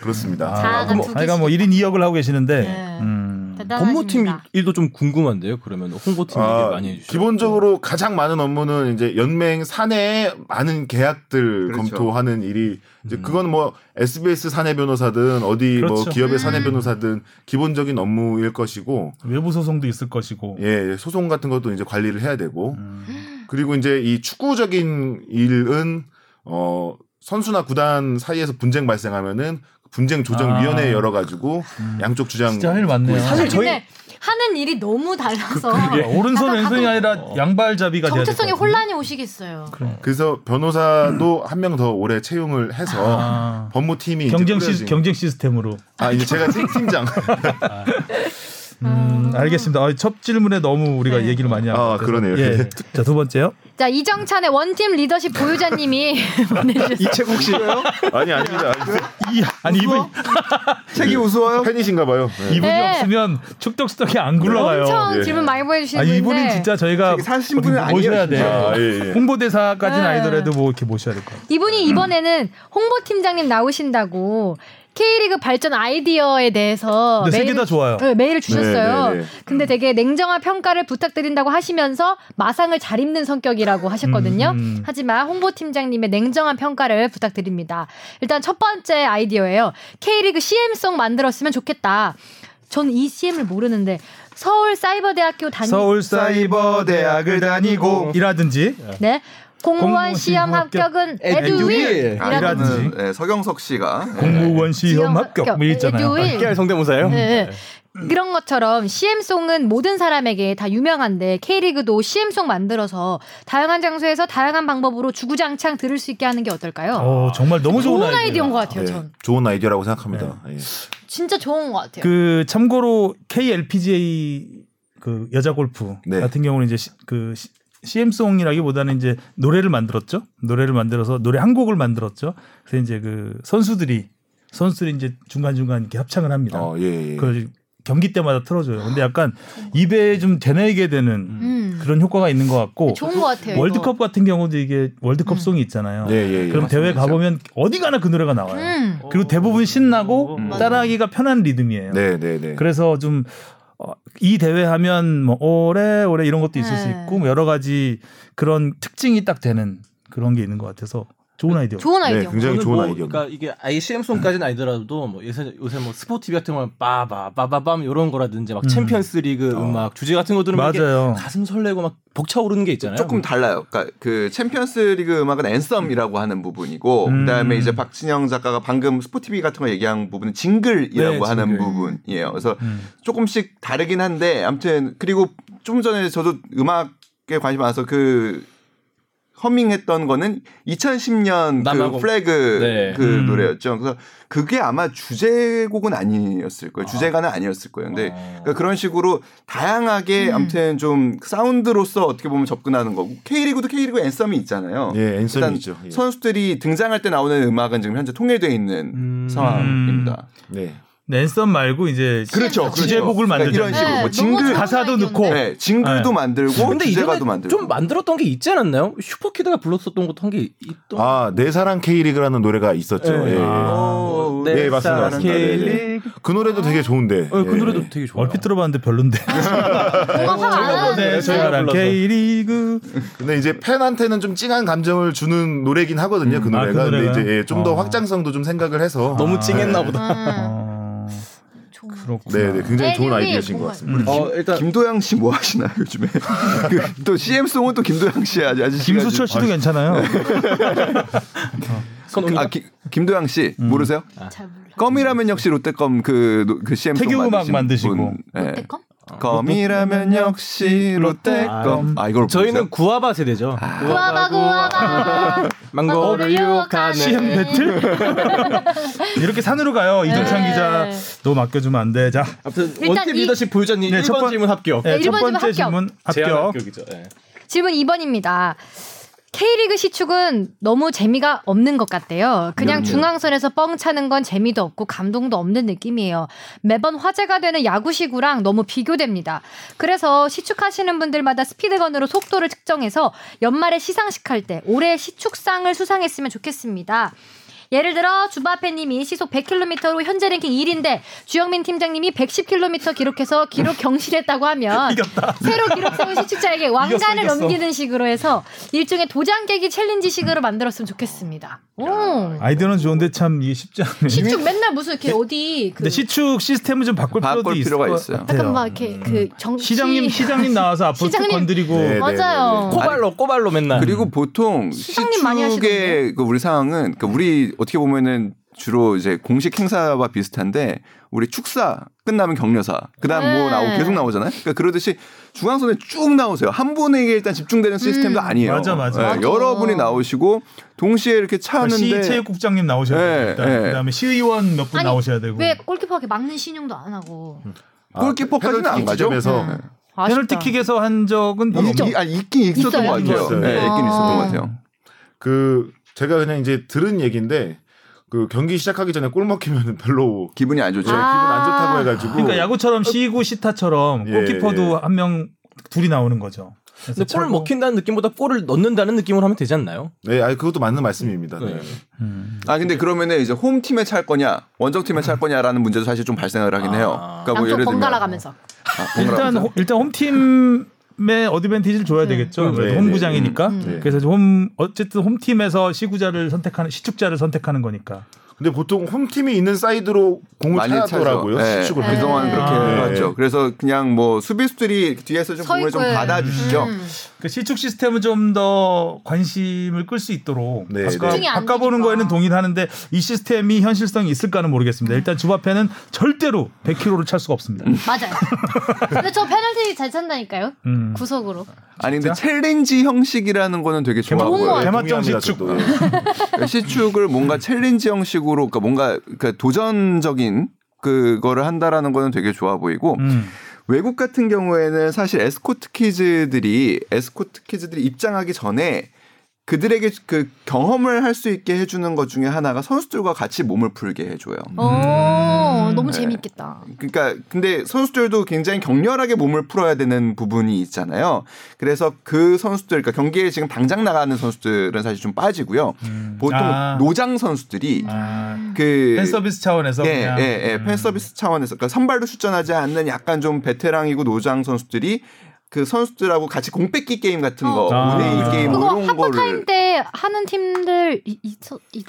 그렇습니다.
자아가 두
아이가
개씩.
뭐 1인 2역을 하고 계시는데.
네.
음.
어. 법무팀
대단하십니다.
일도 좀 궁금한데요. 그러면 홍보팀 얘기
아,
많이 해주시죠.
기본적으로 가장 많은 업무는 이제 연맹 사내 많은 계약들
그렇죠.
검토하는 일이 이제 그건 뭐 SBS 사내 변호사든 어디 뭐
음. 그렇죠.
기업의
음.
사내 변호사든 기본적인 업무일 것이고
외부 소송도 있을 것이고.
예 소송 같은 것도 이제 관리를 해야 되고
음.
그리고 이제 이 축구적인 일은 어 선수나 구단 사이에서 분쟁 발생하면은 분쟁 조정 위원회
아. 음.
열어 가지고 양쪽 주장
진짜 할 많네요. 아,
사실 저희
근데 하는 일이 너무 달라서
오른손 왼손이 아니라 양발잡이가 돼야
정체성에
될것 같아요.
혼란이 오시겠어요.
그래서 변호사도 한 명 더 올해 채용을 해서
아.
법무팀이 이제
경쟁
꾸려진-
시 경쟁 시스템으로.
아 이제 제가 팀, 팀장
음, 알겠습니다. 아, 첫 질문에 너무 우리가
네.
얘기를 많이 하고.
아,
그래서-
그러네요.
예. 자, 두 번째요.
자 이정찬의 원팀 리더십 보유자님이 보내주셨어요.
이 책 혹시
아니 아닙니다 아니,
이, 아니, 이분,
책이 우스워요?
팬이신가 봐요 네.
이분이
네.
없으면 축덕수덕이 안 굴러가요.
엄청
예.
질문 많이 보내주시는
아,
분인데
이분은 진짜 저희가
되게 사신 분은
어디 모셔야
아니에요,
돼요.
아, 예, 예.
음. 홍보대사까지는
네.
아니더라도 뭐 이렇게 모셔야 될 것 같아요.
이분이 이번에는 홍보팀장님 나오신다고 K리그 발전 아이디어에 대해서
근데 세개 다
메일을,
좋아요.
네, 메일을 주셨어요.
네, 네, 네.
근데 되게 냉정한 평가를 부탁드린다고 하시면서 마상을 잘 입는 성격이라고 하셨거든요.
음, 음.
하지만 홍보팀장님의 냉정한 평가를 부탁드립니다. 일단 첫 번째 아이디어예요. K리그 CM송 만들었으면 좋겠다. 전 이 CM을 모르는데 서울 사이버대학교 다니
서울 사이버 대학을 다니고 이라든지
네. 공무원
공무원
시험
시험 합격.
합격은
에듀윌.
에듀윌
아,
이라는
이라든지.
이거는, 예, 서경석 씨가
공무원 시험
지원
합격 뭐 있잖아요.
에듀윌.
깨알 성대모사예요?
네. 그런 것처럼 CM송은 모든 사람에게 다 유명한데 K리그도 CM송 만들어서 다양한 장소에서 다양한 방법으로 주구장창 들을 수 있게 하는 게 어떨까요?
어, 정말 너무 좋은,
좋은 아이디어인
아이디어다.
것 같아요,
예,
전.
좋은 아이디어라고 생각합니다
네.
예.
진짜 좋은 것 같아요.
그 참고로 KLPGA 그 여자 골프
네.
같은 경우는 이제 시- 그 시- CM송이라기보다는 이제 노래를 만들었죠. 노래를 만들어서 노래 한 곡을 만들었죠. 그래서 이제 그 선수들이 선수들이 이제 중간 중간 이렇게 합창을 합니다.
어, 예, 예.
그 경기 때마다 틀어줘요. 근데 약간 입에 좀 되뇌게 되는
음.
그런 효과가 있는 것 같고
좋은 것 같아요.
뭐 월드컵 같은 경우도 이게
음.
월드컵 송이 있잖아요.
예, 예, 예.
그럼 대회 가보면 어디가나 그 노래가 나와요.
이거. 음.
그리고 대부분 신나고
음.
따라하기가 편한 리듬이에요.
네, 네, 네.
그래서 좀, 어, 이 대회 하면 뭐 오래 오래 이런 것도 있을 수
네.
있고 뭐 여러 가지 그런 특징이 딱 되는 그런 게 있는 것 같아서 좋은 아이디어.
좋은 아이디어.
네, 굉장히
저는
좋은
뭐,
아이디어.
그러니까 이게 아예 CM송까지는 아니더라도 뭐 요새 요새 뭐 스포티비 같은 거는 빠바 빠바밤 이런 뭐 거라든지 막
음.
챔피언스리그
어.
음악 주제 같은 거 들으면 이렇게
맞아요.
가슴 설레고 막 벅차오르는 게 있잖아요. 뭐.
조금 달라요. 그러니까 그 챔피언스리그 음악은 앤썸이라고 하는 부분이고
음.
그다음에 이제 박진영 작가가 방금 스포티비 같은 거 얘기한 부분은 징글이라고
네,
하는
징글.
부분이에요. 그래서
음.
조금씩 다르긴 한데 아무튼 그리고 좀 전에 저도 음악에 관심 많아서 그 허밍했던 거는 2010년 그
남아공.
플래그
네.
그
음.
노래였죠. 그래서 그게 아마 주제곡은 아니었을 거예요. 주제가는 아니었을 거예요. 근데
어.
그런 식으로
음.
다양하게 아무튼 좀 사운드로서 어떻게 보면 접근하는 거고 K리그도 K리그 앤썸이 있잖아요.
예,
일단
앤썸이죠. 예.
선수들이 등장할 때 나오는 음악은 지금 현재 통일되어 있는
음.
어.
상황입니다.
네.
랜선 말고 이제
그렇죠.
주제곡을
그렇죠.
만들죠.
이런 식으로
네,
뭐
너무
징글
좋은
가사도
아이디어인데.
넣고.
네, 징글도
네.
만들고
근데
주제가도
이전에
만들고.
좀 만들었던 게 있지 않았나요? 슈퍼키드가 불렀었던 것 한 게 있던.
아, 내 사랑 K리그라는 노래가 있었죠.
예.
예, 예.
아.
어,
네,
내
맞습니다,
사랑
맞습니다. 네, 네.
K리그.
그 노래도 되게 좋은데.
어, 그
예,
노래도
예.
되게 좋아요.
얼핏 들어봤는데 별론데.
화안
네, 저희가
저희랑
불러서.
K리그
근데 이제 팬한테는 좀 찡한 감정을 주는 노래긴 하거든요. 그
아, 그
노래가. 근데
노래가요?
이제 좀 더
어.
확장성도 좀 생각을 해서
너무 찡했나 보다.
음,
어,
좋은
그렇구나.
네, 네. 굉장히 좋은
네,
아이디어신
정말.
것 같습니다.
어, 일단
김도영 씨 뭐 하시나요 요즘에? 그또 CM 송은 또 김도영 씨 아직 아직
김수철 씨도
네.
괜찮아요.
그건 오늘
아 기, 김도영 씨
음.
모르세요?
네.
잘 몰라.
껌이라면 역시 롯데껌 그, 노- 그 CM 송
아, 태교음악 만드시고.
네.
컴
어.
껌이라면 역시 롯데껌. 아 이걸
저희는 구아바 세대죠.
구아바 구아바.
망고를 유혹하네.
CM 배틀? 이렇게 산으로 가요. 이동찬
네.
기자 너 맡겨주면 안 돼. 자,
아무튼
일단
원팀
이-
리더십 보유자님
네,
1번
첫 번-
질문 합격.
네, 첫
일번 질문
번째
합격.
질문
제한
합격.
합격이죠. 예.
질문 2번입니다. K리그 시축은 너무 재미가 없는 것 같대요. 그냥 중앙선에서 뻥 차는 건 재미도 없고 감동도 없는 느낌이에요. 매번 화제가 되는 야구시구랑 너무 비교됩니다. 그래서 시축하시는 분들마다 스피드건으로 속도를 측정해서 연말에 시상식 할 때 올해 시축상을 수상했으면 좋겠습니다. 예를 들어 주바페님이 시속 100km로 현재 랭킹 1인데 주영민 팀장님이 110km 기록해서 기록 경신했다고 하면 새로 기록 세운 시축자에게 왕관을
이겼어.
넘기는 식으로 해서 일종의 도장 깨기 챌린지식으로 만들었으면 좋겠습니다. 오.
아이디어는 좋은데 참 이게 쉽지 않네.
시축 맨날 무슨 이렇게 어디 그
근데 시축 시스템을 좀 바꿀,
바꿀
필요도
필요가
있을 것
있어요.
같아요. 음.
약간 막 이렇게 그 정치
시장님 시장님 뭐 나와서 앞으로 쭉
시장님.
건드리고
네,
맞아요.
꼬발로 꼬발로 맨날.
그리고 보통
시장님 많이
시축의 그 우리 상황은 그 우리 어떻게 보면은 주로 이제 공식 행사와 비슷한데 우리 축사 끝나면 격려사 그다음 뭐
네.
나오고 계속 나오잖아요. 그러니까 그러듯이 중앙선에 쭉 나오세요. 한 분에게 일단 집중되는
음.
시스템도 아니에요.
맞아, 맞아.
예,
맞아.
여러 분이 나오시고 동시에 이렇게
그러니까
차는데
시체육국장님 나오셔야
네,
되고
네.
그다음에 시의원 몇 분
아니,
나오셔야 되고
왜 골키퍼가 막는 신용도 안 하고
아,
골키퍼까지는 안
페널티
가죠?
지점에서
음. 아쉽다.
음. 페널티킥에서 한 적은 별로
이, 이, 아, 있긴 있었던
있어요?
것 같아요.
있어요.
예, 있긴 있었던 것
아.
같아요.
그 제가 그냥 이제 들은 얘기인데 그 경기 시작하기 전에 골 먹히면 별로
기분이 안 좋죠.
아.
제 기분 안 좋다고 해가지고
그러니까 야구처럼 시구 시타처럼
예,
골키퍼도
예.
한 명 둘이 나오는 거죠. 그래서
근데 골을
차고-
먹힌다는 느낌보다 골을 넣는다는 느낌으로 하면 되지 않나요?
네, 아니 그것도 맞는 말씀입니다. 네.
네.
음.
아 근데 그러면은 이제 홈 팀에 찰 거냐 원정 팀에 찰 거냐라는 문제도 사실 좀 발생을 하긴 해요.
아.
그러니까
양쪽 번갈아
들면-
가면서
아, 번갈아
일단
가면서.
호- 일단 홈팀의 어드밴티지를 줘야 되겠죠. 아무래도
네,
홈구장이니까.
네,
네.
그래서 홈 어쨌든 홈팀에서 시구자를 선택하는 시축자를 선택하는 거니까.
근데 보통 홈팀이 있는 사이드로 공을
많이
뭐 차더라고요.
차죠.
수축을
예, 그동안 그렇게
아,
해왔죠.
예.
그래서 그냥 뭐 수비수들이 뒤에서 좀
서
공을 좀
있고요. 음.
받아주시죠.
그 시축 시스템은 좀 더 관심을 끌 수 있도록
네,
바꿔,
집중이
안
바꿔보는
되니까.
거에는 동의는 하는데 이 시스템이 현실성이 있을까는
음.
모르겠습니다. 일단 주바페는 절대로 100km를 찰 수가 없습니다.
음.
맞아요. 근데 저 페널티 잘 찬다니까요.
음.
구석으로.
아니 근데 챌린지 형식이라는 거는 되게
좋은 거
네.
좋아하고요.
같아요.
대마점
동의합니다,
시축.
저도. 예.
그러니까 시축을
음.
뭔가 챌린지 형식으로 그러니까 뭔가 그러니까 도전적인 그거를 한다라는 거는 되게 좋아 보이고
음.
외국 같은 경우에는 사실 에스코트 키즈들이 에스코트 키즈들이 입장하기 전에 그들에게 그 경험을 할 수 있게 해주는 것 중에 하나가 선수들과 같이 몸을 풀게 해줘요.
음.
오, 너무
네.
재밌겠다.
그러니까 근데 선수들도 굉장히 격렬하게 몸을 풀어야 되는 부분이 있잖아요. 그래서 그 선수들, 그러니까 경기에 지금 당장 나가는 선수들은 사실 좀 빠지고요. 보통
아.
노장 선수들이
아,
그
팬 서비스 차원에서
예,
그냥
예, 예.
음.
팬 서비스 차원에서 그러니까 선발로 출전하지 않는 약간 좀 베테랑이고 노장 선수들이 그 선수들하고 같이 공 뺏기 게임 같은 거,
어.
아.
오데이 게임 뭐
그거
이런
하프타임 때
거를
최근에 하는 팀들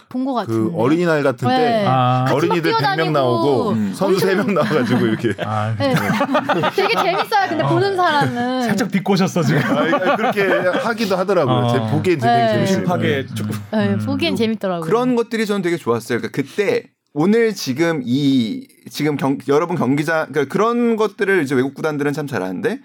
본 것 같은데.
그 어린이날 같은 때
네.
아,
같이 막
어린이들 100명
뛰어다니고.
나오고 선수 3명 나와가지고 이렇게
아,
네. 되게 재밌어요. 근데 보는 사람은
살짝 비꼬셨어 지금.
아, 이거 그렇게 하기도 하더라고요.
어.
제 보기엔 되게
네.
재밌어요.
아,
예,
급하게 조금
네, 보기엔 재밌더라고요.
음, 그런 것들이 저는 되게 좋았어요. 그러니까 그때 오늘 지금 이 지금 경, 여러분 경기장 그러니까 그런 것들을 이제 외국 구단들은 참 잘하는데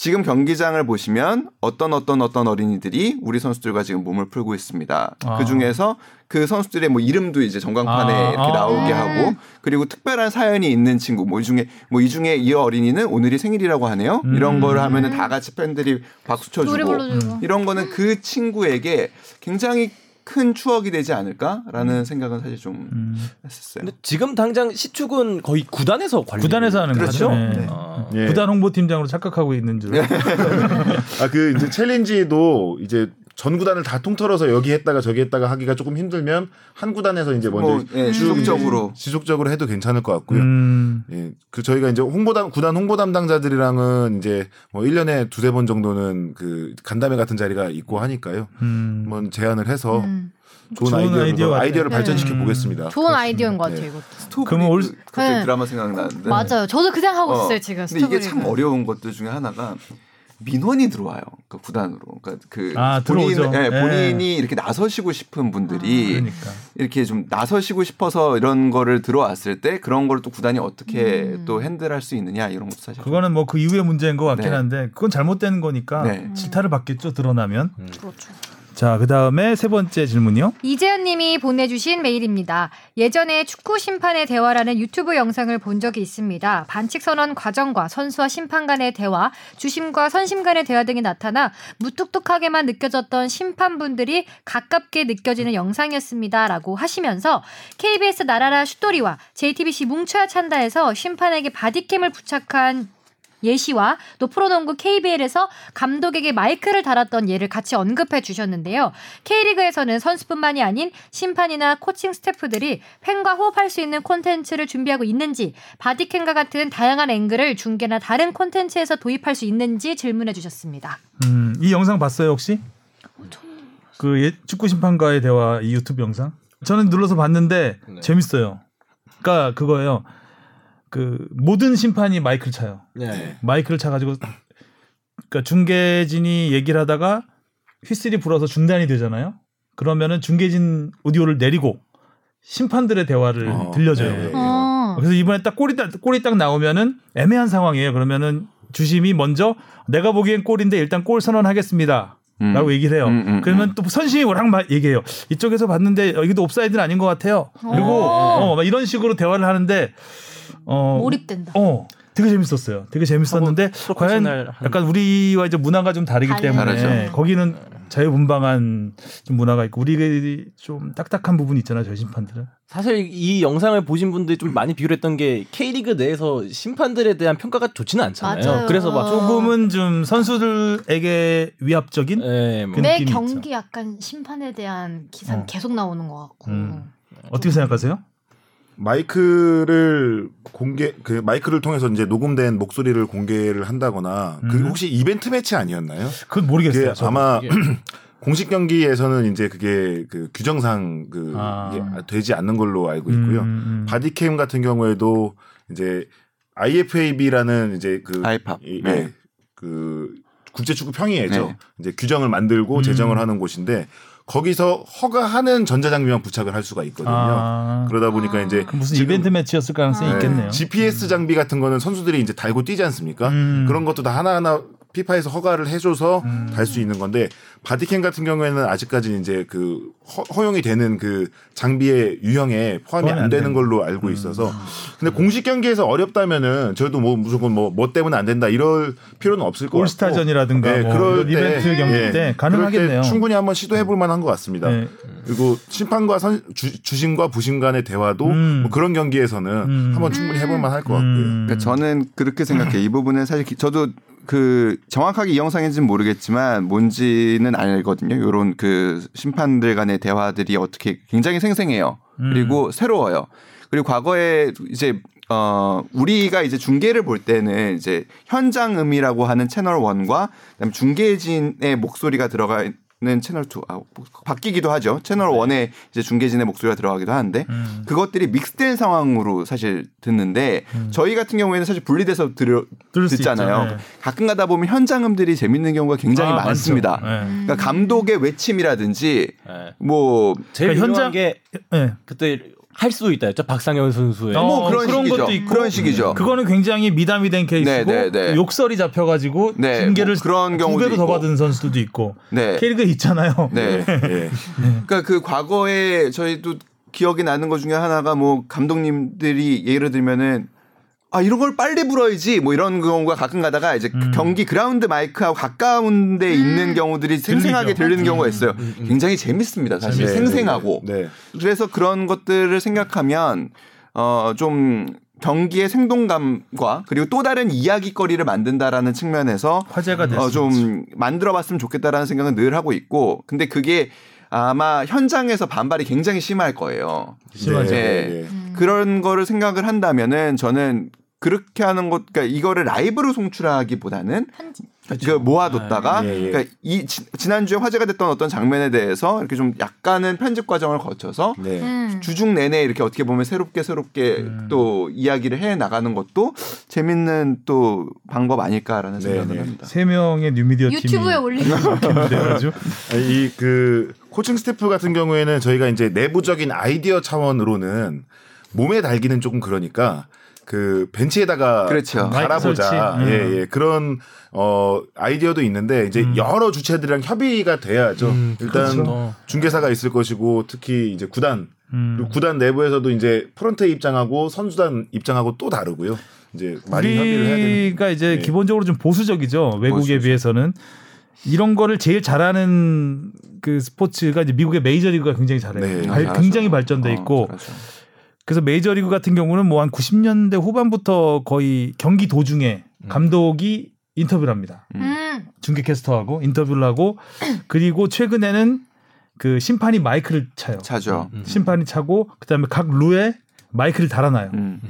지금 경기장을 보시면 어떤 어떤 어떤 어린이들이 우리 선수들과 지금 몸을 풀고 있습니다.
아.
그 중에서 그 선수들의 뭐 이름도 이제 전광판에
아.
이렇게
아.
나오게 하고 그리고 특별한 사연이 있는 친구 뭐 이 중에 뭐 이 중에 이 어린이는 오늘이 생일이라고 하네요. 이런
음.
거를 하면은 다 같이 팬들이 박수 쳐주고
노래 불러주고.
이런 거는 그 친구에게 굉장히 큰 추억이 되지 않을까라는 생각은 사실 좀
음,
했었어요.
근데 지금 당장 시축은 거의 구단에서
음.
관리
구단에서 하는
그렇죠?
거죠. 네.
네.
아,
예.
구단 홍보팀장으로 착각하고 있는 줄.
아, 그 이제 챌린지도 이제 전 구단을 다 통틀어서 여기 했다가 저기 했다가 하기가 조금 힘들면 한 구단에서 이제 먼저 음.
뭐, 예,
쭉 이제
지속적으로.
지속적으로 해도 괜찮을 것 같고요.
음,
예, 그 저희가 이제 홍보담 구단 홍보 담당자들이랑은 이제 뭐 1년에 두세 번 정도는 그 간담회 같은 자리가 있고 하니까요.
음.
뭐,
한번 제안을 해서
음.
좋은,
좋은
아이디어로
아이디어 같아요.
아이디어를
네.
발전시켜 보겠습니다.
좋은 아이디어인 것 같아요.
네.
이것도.
스토브
그럼 올-
리그 갑자기
네.
드라마 생각나는데
맞아요. 저도 그 생각하고
어,
있어요 지금.
근데 이게
스토브리그.
참 어려운 것들 중에 하나가 민원이 들어와요. 그러니까 구단으로. 그러니까 그
아,
본인,
들어오죠.
예,
예.
본인이 이렇게 나서시고 싶은 분들이
그러니까.
이렇게 좀 나서시고 싶어서 이런 거를 들어왔을 때 그런 걸 또 구단이 어떻게 또 핸들할 수 있느냐 이런 것도 사실.
그거는 뭐 그 이후의 문제인 것 같긴
네.
한데 그건 잘못된 거니까
네.
질타를 받겠죠 드러나면.
그렇죠.
자 그다음에 세 번째 질문이요.
이재현 님이 보내주신 메일입니다. 예전에 축구 심판의 대화라는 유튜브 영상을 본 적이 있습니다. 반칙 선언 과정과 선수와 심판 간의 대화, 주심과 선심 간의 대화 등이 나타나 무뚝뚝하게만 느껴졌던 심판분들이 가깝게 느껴지는 영상이었습니다. 라고 하시면서 KBS 나라라 슛돌이와 JTBC 뭉쳐야 찬다에서 심판에게 바디캠을 부착한 예시와 또 프로농구 KBL에서 감독에게 마이크를 달았던 예를 같이 언급해 주셨는데요. K리그에서는 선수뿐만이 아닌 심판이나 코칭 스태프들이 팬과 호흡할 수 있는 콘텐츠를 준비하고 있는지 바디캠과 같은 다양한 앵글을 중계나 다른 콘텐츠에서 도입할 수 있는지 질문해 주셨습니다.
음, 이 영상 봤어요 혹시? 그 예- 축구 심판과의 대화 이 유튜브 영상? 저는 눌러서 봤는데
네.
재밌어요. 그러니까 그거예요. 그 모든 심판이 마이크를 차요.
네.
마이크를 차가지고 그러니까 중계진이 얘기를 하다가 휘슬이 불어서 중단이 되잖아요. 그러면은 중계진 오디오를 내리고 심판들의 대화를
어,
들려줘요.
네.
어, 그래서 이번에 딱 골이 딱 골이 딱 나오면은 애매한 상황이에요. 그러면은 주심이 먼저 내가 보기엔 골인데 일단 골 선언하겠습니다.
음.
라고 얘기를 해요.
음, 음,
그러면 또 선심이 뭐랑 막 얘기해요. 이쪽에서 봤는데 어, 이것도 옵사이드는 아닌 것 같아요. 그리고
오.
어, 막 이런 식으로 대화를 하는데 어,
몰입된다.
어, 되게 재밌었어요. 되게 재밌었는데 과연
프로페셔널한-
약간 우리와 이제 문화가 좀 다르기
다르죠.
때문에 네,
다르죠.
거기는 자유분방한 좀 문화가 있고 우리 좀 딱딱한 부분이 있잖아요. 저희 심판들은.
사실 이 영상을 보신 분들이 좀 많이 비교를 했던 게 K리그 내에서 심판들에 대한 평가가 좋지는 않잖아요.
맞아요.
그래서 막 조금
조금은 좀 선수들에게 위압적인
네.
예, 뭐.
그
매
느낌이
경기 약간 심판에 대한 기사
어.
는 계속 나오는 것 같고.
음. 어떻게 생각하세요?
마이크를 공개 그 마이크를 통해서 이제 녹음된 목소리를 공개를 한다거나 그
음.
혹시 이벤트 매치 아니었나요?
그건
그게
모르겠어요. 저는.
예, 아마
이게-
공식 경기에서는 이제 그게 그 규정상 그
아.
이게 되지 않는 걸로 알고
음,
있고요.
음.
바디캠 같은 경우에도 이제 IFAB라는 이제 그
아이팝.
이-
네.
예, 그 국제축구 평의회죠.
네.
이제 규정을 만들고
음.
제정을 하는 곳인데 거기서 허가하는 전자장비만 부착을 할 수가 있거든요.
아,
그러다 보니까 이제
그 무슨
지금-
이벤트 매치였을 가능성이
네,
있겠네요.
GPS 장비 같은 거는 선수들이 이제 달고 뛰지 않습니까?
음.
그런 것도 다 하나하나 피파에서 허가를 해줘서
음.
달 수 있는 건데 바디캠 같은 경우에는 아직까지 이제 그 허, 용이 되는 그 장비의 유형에 포함이
포함이
안
안
되는
되는 음.
걸로 알고 있어서 근데 공식 경기에서 어렵다면은 저희도 뭐 무조건 뭐 뭐 때문에 안 된다 이럴 필요는 없을 것 같고
올스타전이라든가
예,
뭐 이런
그럴 때,
이벤트 경기
예,
때
그럴
가능하겠네요.
때 충분히 한번 시도해볼 만한 것 같습니다.
네.
그리고 심판과 선, 주, 주심과 부심 간의 대화도
음.
뭐 그런 경기에서는
음.
한번 충분히 해볼 만할 것 같고요.
음.
그러니까 저는 그렇게 생각해요. 이 부분은 사실 기- 저도 그 정확하게 이 영상인지는 모르겠지만 뭔지는 알거든요. 요런 그 심판들 간의 대화들이 어떻게 굉장히 생생해요. 그리고 새로워요. 그리고 과거에 이제 어 우리가 이제 중계를 볼 때는 이제 현장음이라고 하는 채널 원과 그다음에 중계진의 목소리가 들어가 는 채널 2 아, 바뀌기도 하죠. 채널 1에 이제 중계진의 목소리가 들어가기도 하는데
네. 음.
그것들이 믹스된 상황으로 사실 듣는데 저희 같은 경우에는 사실 분리돼서 들어,
음. 들을 수
듣잖아요.
있죠. 네.
가끔 가다 보면 현장음들이 재밌는 경우가 굉장히
아, 많죠.
많습니다.
네.
그러니까 감독의 외침이라든지
예.
뭐
제일
그러니까
현장
현장-
게
네.
그때 할 수 있다였죠 박상현 선수의
어,
뭐 그런,
그런
식이죠.
것도 있고.
그런 식이죠.
그거는 굉장히 미담이 된 케이스고
네, 네, 네.
욕설이 잡혀가지고
네,
징계를
뭐 그런
두
경우도
배로 더
있고.
받은 선수도 있고
네.
캐리그 있잖아요.
네.
예.
그러니까 그 과거에 저희도 기억이 나는 것 중에 하나가 뭐 감독님들이 예를 들면은 아 이런 걸 빨리 불어야지 뭐 이런 경우가 가끔 가다가 이제 경기 그라운드 마이크하고 가까운데 있는 경우들이 생생하게
들리죠.
들리는 경우가 있어요. 굉장히 재밌습니다. 사실
네,
생생하고
네.
어,
네.
그래서 그런 것들을 생각하면 어 좀 경기의 생동감과 그리고 또 다른 이야기거리를 만든다라는 측면에서
화제가 됐어.
어, 좀 만들어봤으면 좋겠다라는 생각은 늘 하고 있고 근데 그게 아마 현장에서 반발이 굉장히 심할 거예요.
심하죠.
네.
음.
그런 거를 생각을 한다면은 저는 그렇게 하는 것, 그러니까 이거를 라이브로 송출하기보다는 그 모아뒀다가
아, 예, 예.
그러니까 이 지, 지난주에 화제가 됐던 어떤 장면에 대해서 이렇게 좀 약간은 편집 과정을 거쳐서
네.
음.
주중 내내 이렇게 어떻게 보면 새롭게 새롭게 또 이야기를 해 나가는 것도 재밌는 또 방법 아닐까라는
네,
생각을
네.
합니다.
세 명의 뉴미디어
유튜브에
팀이
올리는
돼가지고
아, 이 그 코칭 스태프 같은 경우에는 저희가 이제 내부적인 아이디어 차원으로는 몸에 달기는 조금 그러니까 그 벤치에다가
그렇죠.
마이크
갈아보자.
설치. 음.
예, 예. 그런 어 아이디어도 있는데 이제
음.
여러 주체들이랑 협의가 돼야죠.
음,
일단
그렇죠.
중개사가 있을 것이고 특히 이제 구단
음.
그리고 구단 내부에서도 이제 프런트 입장하고 선수단 입장하고 또 다르고요. 이제 많이 협의를 해야 되는.
우리가 이제
네.
기본적으로 좀 보수적이죠. 외국에
보수적.
비해서는 이런 거를 제일 잘하는 그 스포츠가 이제 미국의 메이저리그가 굉장히 잘해요.
네,
발-
잘하죠.
굉장히 발전돼
어,
있고
잘하죠.
그래서 메이저리그 같은 경우는 뭐 한 90년대 후반부터 거의 경기 도중에 감독이 인터뷰를 합니다.
음.
중계 캐스터하고 인터뷰를 하고 그리고 최근에는 그 심판이 마이크를 차요.
차죠.
음,
심판이 차고 그다음에 각 루에 마이크를 달아놔요.
음.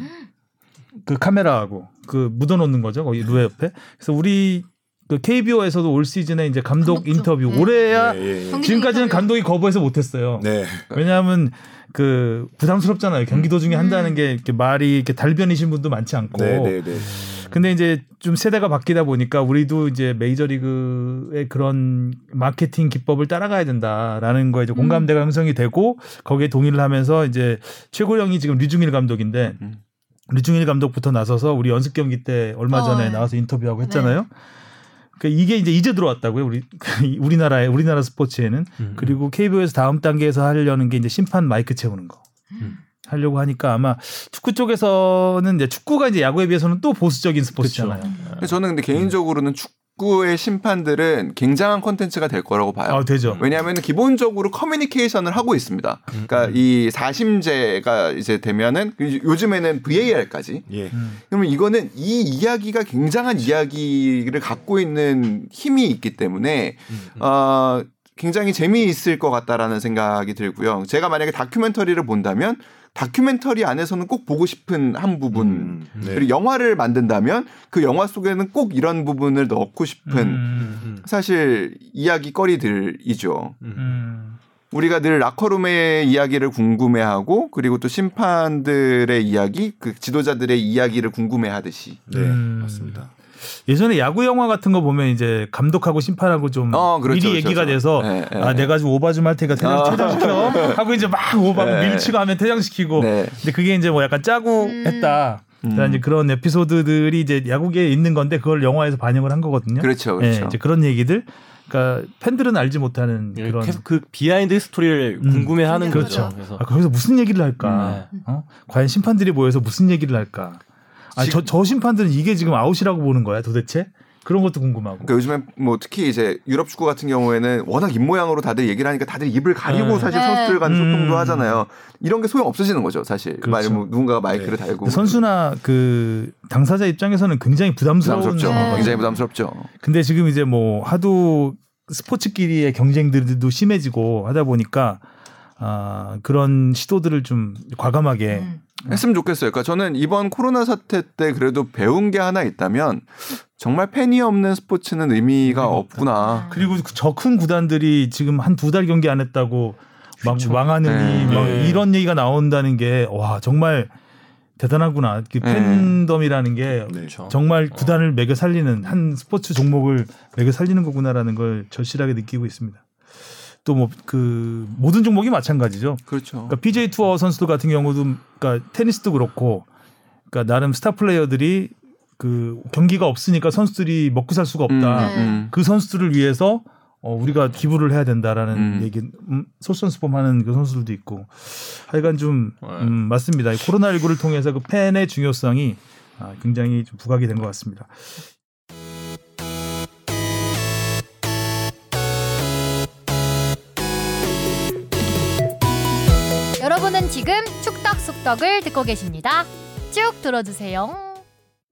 그 카메라하고 그 묻어놓는 거죠. 거기 루에 옆에. 그래서 우리 그 KBO에서도 올 시즌에 이제 감독
감독 쪽.
인터뷰
네.
올해야
예, 예, 예.
경기
지금까지는
인터뷰.
감독이 거부해서 못했어요.
네.
왜냐하면 그 부담스럽잖아요. 경기도 중에 한다는 게 이렇게 말이 이렇게 달변이신 분도 많지 않고.
네, 네, 네.
음. 근데 이제 좀 세대가 바뀌다 보니까 우리도 이제 메이저리그의 그런 마케팅 기법을 따라가야 된다라는 거에 이제 공감대가 형성이 되고 거기에 동의를 하면서 이제 최고령이 지금 류중일 감독인데
음.
류중일 감독부터 나서서 우리 연습 경기 때 얼마
어,
전에
네.
나와서 인터뷰하고 했잖아요. 그러니까 이게 이제 이제 들어왔다고요. 우리 우리나라에 우리나라 스포츠에는
음.
그리고 KBO에서 다음 단계에서 하려는 게 이제 심판 마이크 채우는 거.
음.
하려고 하니까 아마 축구 쪽에서는 이제 축구가 이제 야구에 비해서는 또 보수적인
그렇죠.
스포츠잖아요.
근데 저는 근데 개인적으로는 축구의 심판들은 굉장한 콘텐츠가 될 거라고 봐요.
아, 되죠.
왜냐하면 기본적으로 커뮤니케이션을 하고 있습니다.
음,
그러니까 이 사심제가 이제 되면은 요즘에는 VAR까지.
예.
그러면 이거는 이 이야기가 굉장한 이야기를 갖고 있는 힘이 있기 때문에
음,
어, 굉장히 재미있을 것 같다라는 생각이 들고요. 제가 만약에 다큐멘터리를 본다면 다큐멘터리 안에서는 꼭 보고 싶은 한 부분
음, 네.
그리고 영화를 만든다면 그 영화 속에는 꼭 이런 부분을 넣고 싶은
음,
사실 이야기거리들이죠.
음.
우리가 늘 라커룸의 이야기를 궁금해하고 그리고 또 심판들의 이야기, 그 지도자들의 이야기를 궁금해하듯이.
네,
음.
맞습니다.
예전에 야구 영화 같은 거 보면 이제 감독하고 심판하고 좀
어, 그렇죠,
미리
그렇죠,
얘기가 돼서
그렇죠. 네, 네. 아.
아 내가 좀 오바 좀 할 테니까 퇴장, 퇴장시켜 하고 이제 막 오바
네.
밀치고 하면 퇴장시키고
네. 음.
근데 그게 이제 뭐 약간 짜고 했다. 그런 이제 그런 에피소드들이 이제 야구계에 있는 건데 그걸 영화에서 반영을 한 거거든요.
그렇죠,
예,
그렇죠.
이제 그런 얘기들. 그러니까 팬들은 알지 못하는
예,
그런
계속 그 비하인드 스토리를 궁금해하는
그렇죠.
거죠. 그래서
아, 거기서 무슨 얘기를 할까?
네.
어? 과연 심판들이 모여서 무슨 얘기를 할까? 아, 저, 저 심판들은 이게 지금 아웃이라고 보는 거야 도대체? 그런 것도 궁금하고.
그러니까 요즘에 뭐 특히 이제 유럽 축구 같은 경우에는 워낙 입모양으로 다들 얘기를 하니까 다들 입을 가리고
네.
사실
네.
선수들 간에
음.
소통도 하잖아요. 이런 게 소용 없어지는 거죠, 사실.
그렇죠. 네.
만약 뭐 누군가가 마이크를 달고
근데 선수나 그 당사자 입장에서는 굉장히 부담스러운
부담스럽죠.
거거든요.
굉장히 부담스럽죠.
근데 지금 이제 뭐 하도 스포츠끼리의 경쟁들도 심해지고 하다 보니까 아, 그런 시도들을 좀 과감하게
음.
했으면 좋겠어요. 그러니까 저는 이번 코로나 사태 때 그래도 배운 게 하나 있다면 정말 팬이 없는 스포츠는 의미가
아.
없구나.
그리고 저 큰 구단들이 지금 한 두 달 경기 안 했다고 막
네.
망하느니 막
네.
이런 얘기가 나온다는 게 와 정말 대단하구나. 그
네.
팬덤이라는 게
네.
정말 구단을 매겨 살리는 한 스포츠 종목을 매겨 살리는 거구나라는 걸 절실하게 느끼고 있습니다. 또 뭐 그 모든 종목이 마찬가지죠.
그렇죠.
그러니까 PJ 투어 선수들 같은 경우도 그러니까 테니스도 그렇고 그러니까 나름 스타 플레이어들이 그 경기가 없으니까 선수들이 먹고 살 수가 없다.
네.
음.
그 선수들을 위해서 어, 우리가 기부를 해야 된다라는
음.
얘기 음, 솔선수범하는 그 선수들도 있고 하여간 좀
네.
음, 맞습니다. 코로나 19를 통해서 그 팬의 중요성이 아, 굉장히 좀 부각이 된 것 같습니다.
여러분은 지금 축덕 속덕을 듣고 계십니다. 쭉 들어주세요.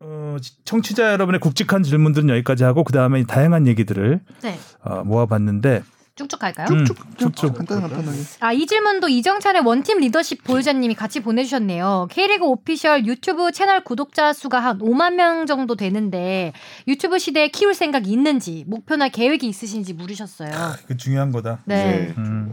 어, 청취자 여러분의 굵직한 질문들은 여기까지 하고 그 다음에 다양한 얘기들을
네.
어, 모아봤는데
쭉쭉 갈까요?
음,
그렇죠.
쭉쭉.
간단 간단하게.
아, 이 질문도 이정찬의 원팀 리더십 보유자님이 같이 보내주셨네요. K리그 오피셜 유튜브 채널 구독자 수가 한 5만 명 정도 되는데 유튜브 시대에 키울 생각이 있는지 목표나 계획이 있으신지 물으셨어요.
아,
그 중요한 거다.
네.
음,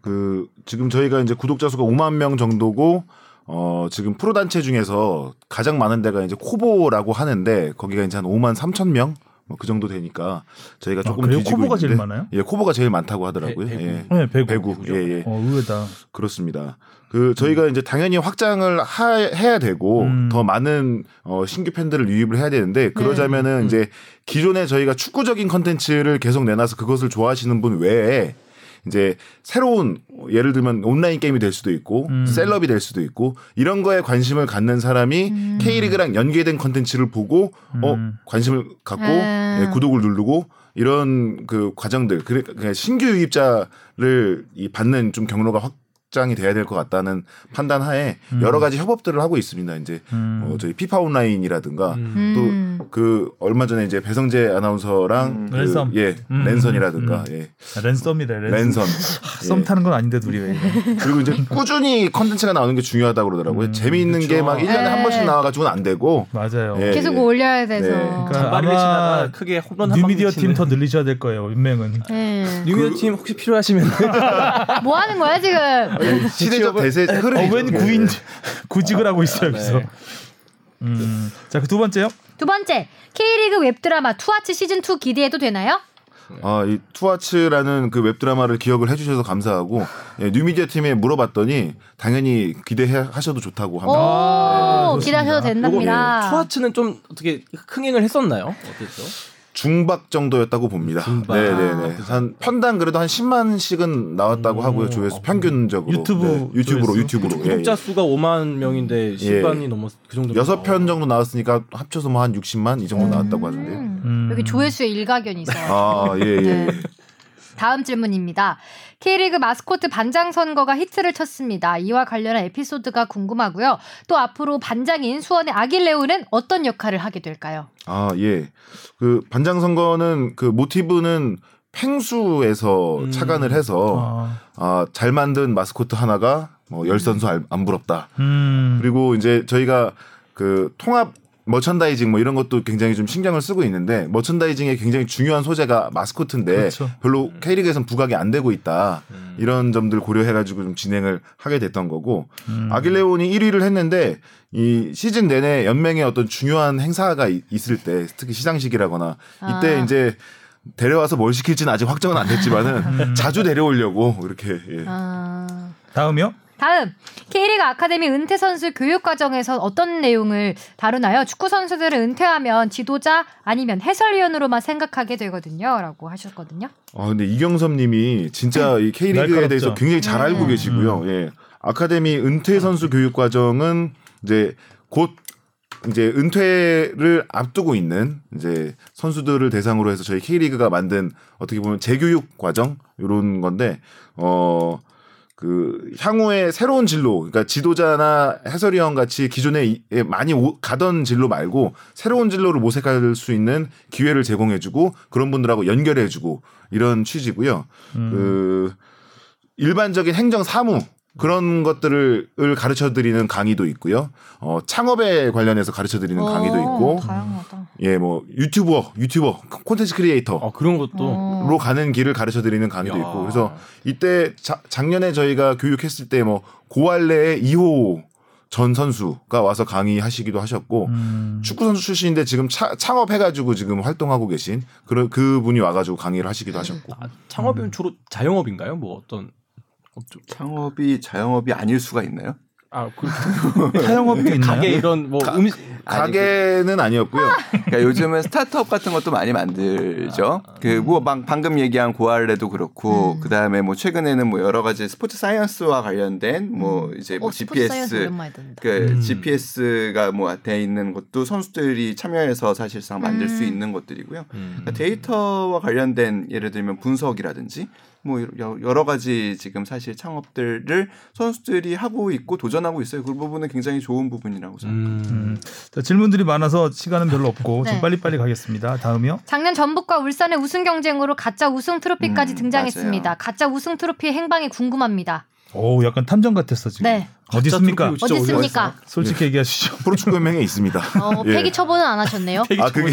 그 지금 저희가 이제 구독자 수가 5만 명 정도고 어 지금 프로 단체 중에서 가장 많은 데가 이제 코보라고 하는데 거기가 이제 한 5만 3천 명. 뭐 그 정도 되니까 저희가
아,
조금
그래요?
뒤지고
코보가 제일
있는데
많아요?
예, 코보가 제일 많다고 하더라고요.
배- 배구.
예.
네, 배구.
배구. 예, 예.
어, 의외다.
그렇습니다. 그 저희가 이제 당연히 확장을 하, 해야 되고
음. 네.
더 많은 어, 신규 팬들을 유입을 해야 되는데 그러자면은
음.
이제 기존에 저희가 축구적인 컨텐츠를 계속 내놔서 그것을 좋아하시는 분 외에 이제 새로운 예를 들면 온라인 게임이 될 수도 있고
음.
셀럽이 될 수도 있고 이런 거에 관심을 갖는 사람이
음.
K리그랑 연계된 컨텐츠를 보고 어
음.
관심을 갖고
아.
예, 구독을 누르고 이런 그 과정들 그러니까 그냥 신규 유입자를 이 받는 좀 경로가 확장이 돼야 될 것 같다는 판단 하에
음.
여러 가지 협업들을 하고 있습니다. 이제
음.
어, 저희 피파
아,
온라인이라든가
음.
그 얼마 전에 이제 배성재 아나운서랑
음.
그,
랜섬.
예
음.
랜선이라든가 예
아, 랜섬이래. 랜섬.
랜선
썸
예.
타는 건 아닌데 둘이 왜? 이래.
그리고 이제 꾸준히 컨텐츠가 나오는 게 중요하다고 그러더라고요.
음,
재미있는 게 막
그렇죠.
1년에 한
네.
번씩 나와가지고는 안 되고
맞아요.
예,
계속
예.
올려야 돼서.
네.
그러니까
장발을
아마
치다가 크게 홈런 한방
뉴미디어 팀 더 늘리셔야 될 거예요. 인명은.
네.
뉴미디어
그
팀 혹시 필요하시면
뭐 하는 거야 지금?
시대적 대세 흐름이
어웬 구인 구직을 하고 있어요. 그래서. 음. 자 그 두 번째요.
두 번째 K리그 웹드라마 투아츠 시즌 2 기대해도 되나요?
아, 이 투아츠라는 그 웹드라마를 기억을 해주셔서 감사하고 예, 뉴미디어 팀에 물어봤더니 당연히 기대하셔도 좋다고 합니다. 아, 네,
오
네,
어, 기대하셔도
그렇습니다.
된답니다.
투아츠는 좀 어떻게 흥행을 했었나요? 어땠죠?
중박 정도였다고 봅니다.
중박.
네네네. 한 편당 그래도 한 10만씩은 나왔다고
음.
하고요. 조회수 평균적으로 네,
유튜브
유튜브로
조회수?
유튜브로 예,
구독자 수가 5만 명인데 시간이 넘었 그 정도.
여섯 편 정도 나왔으니까 합쳐서 뭐 한 60만 이 정도 나왔다고 하는데.
음.
음.
여기 조회수의 일가견이 있어요.
아, 예, 예.
네. 다음 질문입니다. K리그 마스코트 반장 선거가 히트를 쳤습니다. 이와 관련한 에피소드가 궁금하고요. 또 앞으로 반장인 수원의 아길레오는 어떤 역할을 하게 될까요?
아, 예. 그 반장 선거는 그 모티브는 팽수에서
음.
착안을 해서
아.
아, 잘 만든 마스코트 하나가 뭐 열선수 알- 안 부럽다.
음.
그리고 이제 저희가 그 통합 머천다이징 뭐 이런 것도 굉장히 좀 신경을 쓰고 있는데 머천다이징의 굉장히 중요한 소재가 마스코트인데
그렇죠.
별로 K리그에선 부각이 안 되고 있다. 이런 점들 고려해가지고 좀 진행을 하게 됐던 거고
음.
아길레온이 1위를 했는데 이 시즌 내내 연맹의 어떤 중요한 행사가 이- 있을 때 특히 시상식이라거나 이때
아.
이제 데려와서 뭘 시킬지는 아직 확정은 안 됐지만은
음.
자주 데려오려고 이렇게 예.
아...
다음이요.
다음 K리그 아카데미 은퇴 선수 교육 과정에서 어떤 내용을 다루나요? 축구 선수들은 은퇴하면 지도자 아니면 해설위원으로만 생각하게 되거든요라고 하셨거든요.
아 근데 이경섭 님이 진짜 이 K리그에
아, 날카롭죠. 음.
대해서 굉장히 잘 알고
네.
계시고요. 예. 아카데미 은퇴 선수 교육 과정은 이제 곧 이제 은퇴를 앞두고 있는 이제 선수들을 대상으로 해서 저희 K리그가 만든 어떻게 보면 재교육 과정 요런 건데 어 그 향후에 새로운 진로, 그러니까 지도자나 해설위원 같이 기존에 이- 예, 많이 오- 가던 진로 말고 새로운 진로를 모색할 수 있는 기회를 제공해주고 그런 분들하고 연결해주고 이런 취지고요. 그 일반적인 행정 사무 그런 것들을 가르쳐 드리는 강의도 있고요. 어, 창업에 관련해서 가르쳐 드리는
어.
강의도 있고
다양하다.
예, 뭐 유튜버, 유튜버, 콘텐츠 크리에이터
아, 그런 것도.
어.
로 가는 길을 가르쳐 드리는 강의도
야.
있고 그래서 이때 자- 작년에 저희가 교육했을 때 뭐 고할래의 2호 전 선수가 와서 강의하시기도 하셨고
음,
축구 선수 출신인데 지금 차- 창업해가지고 지금 활동하고 계신 그런 그분이 와가지고 강의를 하시기도 하셨고
아,
음.
창업이면 주로 자영업인가요? 뭐 어떤 업종?
창업이 자영업이 아닐 수가 있나요?
아, 그
타영업도 있나요?
가게 이런 뭐 음식
아니,
가게는 아니었고요.
그러니까 요즘은 스타트업 같은 것도 많이 만들죠. 그 뭐 방금 얘기한 고알레도 그렇고 그다음에 뭐 최근에는 뭐 여러 가지 스포츠 사이언스와 관련된 뭐 이제 뭐
어, 스포츠 사이언스
GPS
오랜만에 듣는다.
그
음.
GPS가 뭐 돼 있는 것도 선수들이 참여해서 사실상 만들 수 있는 것들이고요.
음.
그러니까 데이터와 관련된 예를 들면 분석이라든지 뭐 여- 여러 가지 지금 사실 창업들을 선수들이 하고 있고 도전하고 있어요. 그 부분은 굉장히 좋은 부분이라고 생각합니다.
음.
자, 질문들이 많아서 시간은 별로 없고
네.
좀 빨리빨리 가겠습니다. 다음이요.
작년 전북과 울산의 우승 경쟁으로 가짜 우승 트로피까지
음,
등장했습니다.
맞아요.
가짜 우승 트로피의 행방이 궁금합니다.
오, 약간 탐정 같았어 지금.
네.
어디 있습니까?
트로피
어디
진짜 어디가
있습니까?
예.
솔직히 얘기해 주시죠.
프로축구연맹에 있습니다.
어,
예.
폐기 처분은 안 하셨네요.
아 그게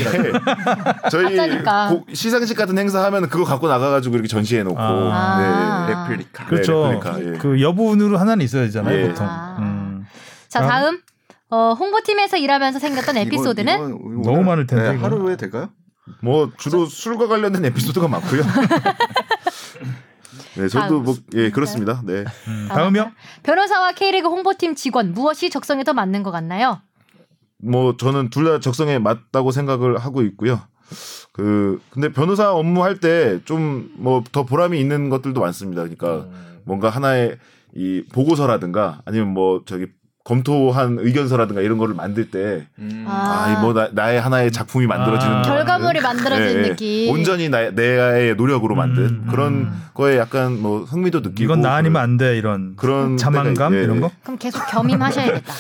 저희
아까니까.
고- 시상식 같은 행사 하면 그거 갖고 나가가지고 이렇게 전시해 놓고
아.
네.
레플리카.
그렇죠.
네, 그러니까, 예.
그 여분으로 하나는 있어야 되잖아요,
예.
보통.
아.
음.
자 다음 어, 홍보팀에서 일하면서 생겼던 에피소드는
이건- 이건
너무 많을 텐데,
네,
이건.
하루에 될까요?
뭐 주로 술과 관련된 에피소드가 많고요. 네, 저도
다음.
뭐 예 그렇습니다. 네,
음, 다음이요.
변호사와 K리그 홍보팀 직원 무엇이 적성에 더 맞는 것 같나요?
뭐 저는 둘 다 적성에 맞다고 생각을 하고 있고요. 그 근데 변호사 업무 할 때 좀 뭐 더 보람이 있는 것들도 많습니다. 그러니까
음.
뭔가 하나의 이 보고서라든가 아니면 뭐 저기 검토한 의견서라든가 이런 거를 만들 때
음.
아, 이뭐 나, 나의 하나의 작품이 만들어지는
아.
것 같은.
결과물이 만들어진
예, 예.
느낌.
온전히 나, 의 노력으로 만든
음,
그런 거에 약간 뭐 흥미도 느끼고
이건 나 아니면 안 돼 이런
그런
자만감
때가 있- 예,
이런 거.
그럼 계속 겸임하셔야겠다.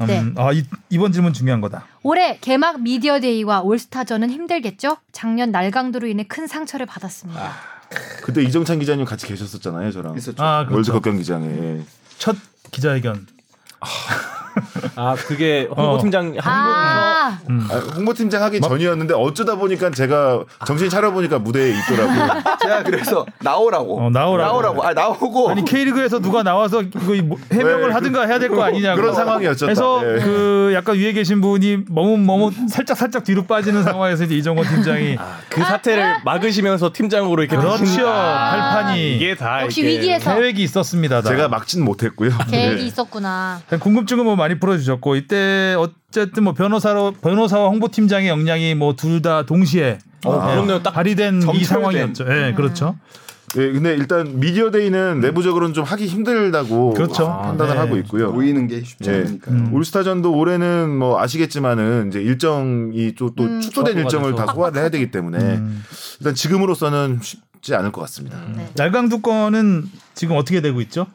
음,
네.
아 이, 이번 질문 중요한 거다.
올해 개막 미디어데이와 올스타전은 힘들겠죠? 작년 날강도로 인해 큰 상처를 받았습니다.
그때 이정찬 기자님 같이 계셨었잖아요 저랑
있었죠.
아 그렇죠.
월드컵 경기장에 예.
첫 기자회견.
아, 그게 홍보 팀장 한국에서
아,
아, 홍보팀장 하기 전이었는데 어쩌다 보니까 제가 정신 차려 보니까 무대에 있더라고요.
제가 그래서 나오라고.
어, 나오라고.
아, 나오고.
아니 K리그에서 누가 나와서 이거 이 뭐- 해명을
네,
하든가 해야 될 거 아니냐고.
그런 상황이었죠.
그래서
예.
그 약간 위에 계신 분이 머뭇머뭇 살짝 살짝 뒤로 빠지는 상황에서 이제 이정원 팀장이
아,
그
아.
사태를 막으시면서 팀장으로 이렇게 되신-
그렇죠
아,
할판이
이게 다
역시
이게
위기에서
계획이 있었습니다. 다.
제가 막진 못했고요.
계획이
예.
있었구나.
일단 궁금증은 뭐 많이 풀어주셨고 이때 어쨌든 뭐 변호사로 변호사와 홍보팀장의 역량이 뭐 둘 다 동시에
어,
예,
그렇네요. 딱
발휘된 이
점철된.
상황이었죠. 예, 그렇죠.
예, 근데 일단 미디어데이는 내부적으로는 좀 하기 힘들다고 아,
그렇죠.
판단을
네.
하고 있고요.
모이는 게 쉽지
예.
않으니까.
음.
올스타전도 올해는 뭐 아시겠지만은 이제 일정이 또, 또 축소된
소화가
일정을
돼서.
다 소화를 해야 되기 때문에
음.
일단 지금으로서는 쉽지 않을 것 같습니다.
날강두 건은 지금 어떻게 되고 있죠?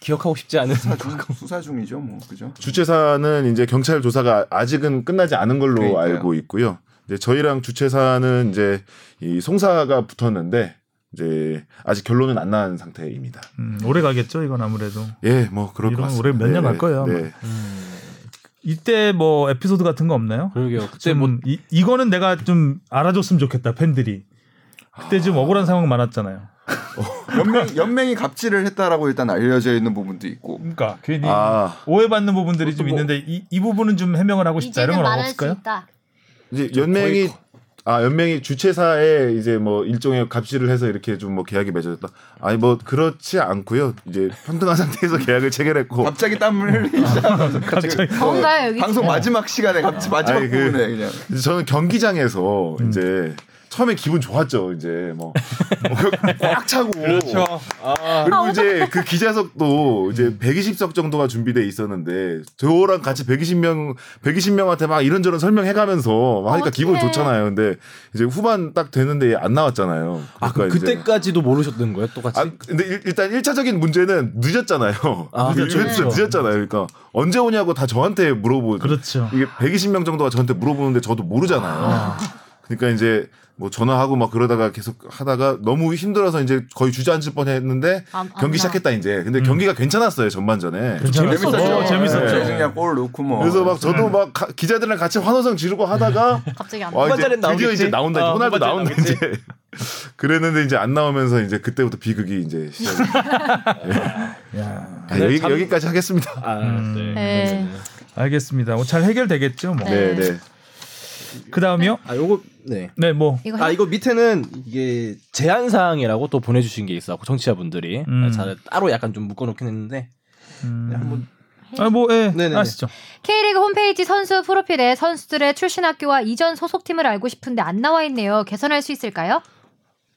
기억하고 싶지 않은
수사, 중, 수사 중이죠, 뭐 그죠?
주최사는 이제 경찰 조사가 아직은 끝나지 않은 걸로
그러니까요.
알고 있고요. 이제 저희랑 주최사는 이제 이 송사가 붙었는데 이제 아직 결론은 안 난 상태입니다.
음, 오래 가겠죠. 이건 아무래도
예, 뭐 그럴 것
이건
같습니다.
올해 몇년갈
네,
거예요, 아마.
네.
이때 뭐 에피소드 같은 거 없나요?
그러게요. 그때
좀
뭐
이, 이거는 내가 좀 알아줬으면 좋겠다 팬들이 그때 좀 억울한 상황 많았잖아요.
연맹, 연맹이 갑질을 했다라고 일단 알려져 있는 부분도 있고.
그러니까 괜히
아
오해받는 부분들이 좀
뭐-
있는데 이, 이 부분은 좀 해명을 하고 싶다 이런
이제는
건
말할 수
없을까요?
있다.
이제 연맹이 아 연맹이 주최사에 이제 뭐 일종의 값질을 해서 이렇게 좀 뭐 계약이 맺어졌다. 아니 뭐 그렇지 않고요. 이제 평등한 상태에서 계약을 체결했고
갑자기 땀을 흘리기 시작하면서
갑자기
뭔가요 여기?
방송 마지막 시간에 갑자기 마지막
아니, 그-
부분에 그냥
이제 저는 경기장에서
음.
이제 처음에 기분 좋았죠. 이제 뭐, 뭐꽉 차고 그렇죠.
아.
아,
그리고 이제 그 기자석도
음.
이제 120석 정도가 준비돼 있었는데 저랑 같이 120명 120명한테 막 이런저런 설명해가면서 막 하니까 기분 이
어떡해.
좋잖아요. 근데 이제 후반 딱 되는데 안 나왔잖아요.
아, 그
그러니까 이제-
그때까지도 모르셨던 거예요, 똑같이?
아, 근데 일, 일단 1차적인 문제는 늦었잖아요.
아, 그렇죠,
이벤트
그렇죠.
늦었잖아요. 그러니까 언제 오냐고 다 저한테 물어보
그렇죠.
음,
이게 120명 정도가 저한테 물어보는데 저도 모르잖아요. 그러니까 이제 뭐 전화하고 막 그러다가 계속 하다가 너무 힘들어서 이제 거의 주저앉을 뻔했는데
아,
안- 안
경기
나.
시작했다 이제. 근데 경기가 괜찮았어요 전반전에.
괜찮았어.
재밌었죠.
어, 재밌었죠.
네.
그냥 골 넣고 뭐.
그래서 막 저도 막 가- 기자들이랑 같이 환호성 지르고 하다가
갑자기 안 나.
와 이제
후반전엔
드디어
나오겠지?
이제 나온다 이제
어,
호날두
후반전엔
나온다
나오겠지?
이제 그랬는데 이제 안 나오면서 이제 그때부터 비극이 이제 시작이
야,
아, 여기,
참-
여기까지 하겠습니다.
아,
음.
네.
네.
알겠습니다. 뭐잘 해결되겠죠. 뭐.
네, 네.
그 다음이요?
아, 요거 네.
네, 뭐
이거
아 이거 밑에는 이게 제한 사항이라고 또 보내주신 게 있어. 청취자분들이
음.
자, 따로 약간 좀 묶어놓긴 했는데
음.
네, 한번
아, 뭐, 예,
네네네.
아시죠?
K리그 홈페이지 선수 프로필에 선수들의 출신 학교와 이전 소속팀을 알고 싶은데 안 나와 있네요. 개선할 수 있을까요?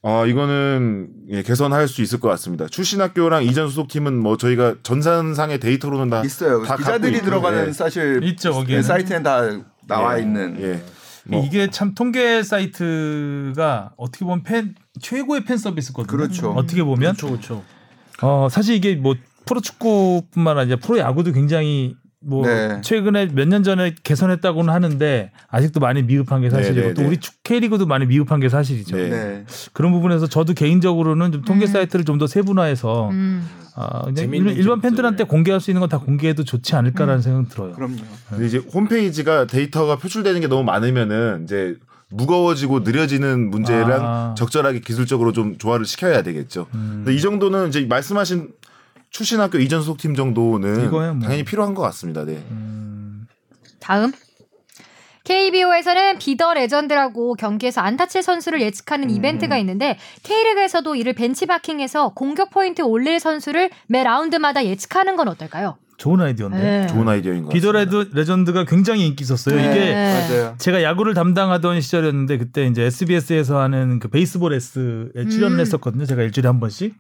아 이거는 예, 개선할 수 있을 것 같습니다. 출신 학교랑 이전 소속 팀은 뭐 저희가 전산상의 데이터로는 다
있어요.
다
기자들이
갖고
들어가는
있고, 예.
사실
있죠, 거기에는.
네, 사이트엔 다 나와
예,
있는.
예. 뭐,
이게 참 통계 사이트가 어떻게 보면 팬 최고의 팬 서비스거든요.
그렇죠.
어떻게 보면
그렇죠.
어, 사실 이게 뭐 프로축구뿐만 아니라 프로야구도 굉장히 뭐
네.
최근에 몇 년 전에 개선했다고는 하는데 아직도 많이 미흡한 게 사실이고
네, 네,
또
네.
우리 축- K리그도 많이 미흡한 게 사실이죠.
네.
네.
그런 부분에서 저도 개인적으로는 좀 통계
음.
사이트를 좀 더 세분화해서
음.
아, 그냥
재밌는
일반, 일반
점들.
팬들한테 공개할 수 있는 건 다 공개해도 좋지
음.
않을까라는 생각 들어요.
그럼요.
근데 이제 홈페이지가 데이터가 표출되는 게 너무 많으면은 이제 무거워지고 느려지는 문제랑
아.
적절하게 기술적으로 좀 조화를 시켜야 되겠죠.
음.
근데 이 정도는 이제 말씀하신 출신 학교 이전 소속 팀 정도는
이거야, 뭐.
당연히 필요한 것 같습니다. 네.
음.
다음. KBO에서는 비더 레전드라고 경기에서 안타칠 선수를
음.
예측하는 이벤트가 있는데 K리그에서도 이를 벤치마킹해서 공격 포인트 올릴 선수를 매 라운드마다 예측하는 건 어떨까요?
좋은 아이디어인데.
네.
좋은 아이디어인 것 같습니다.
비더레드 레전드가 굉장히 인기 있었어요. 그 이게
네.
맞아요.
제가 야구를 담당하던 시절이었는데 그때 이제 SBS에서 하는 그 베이스볼 S에 출연을
음.
했었거든요. 제가 일주일에 한 번씩.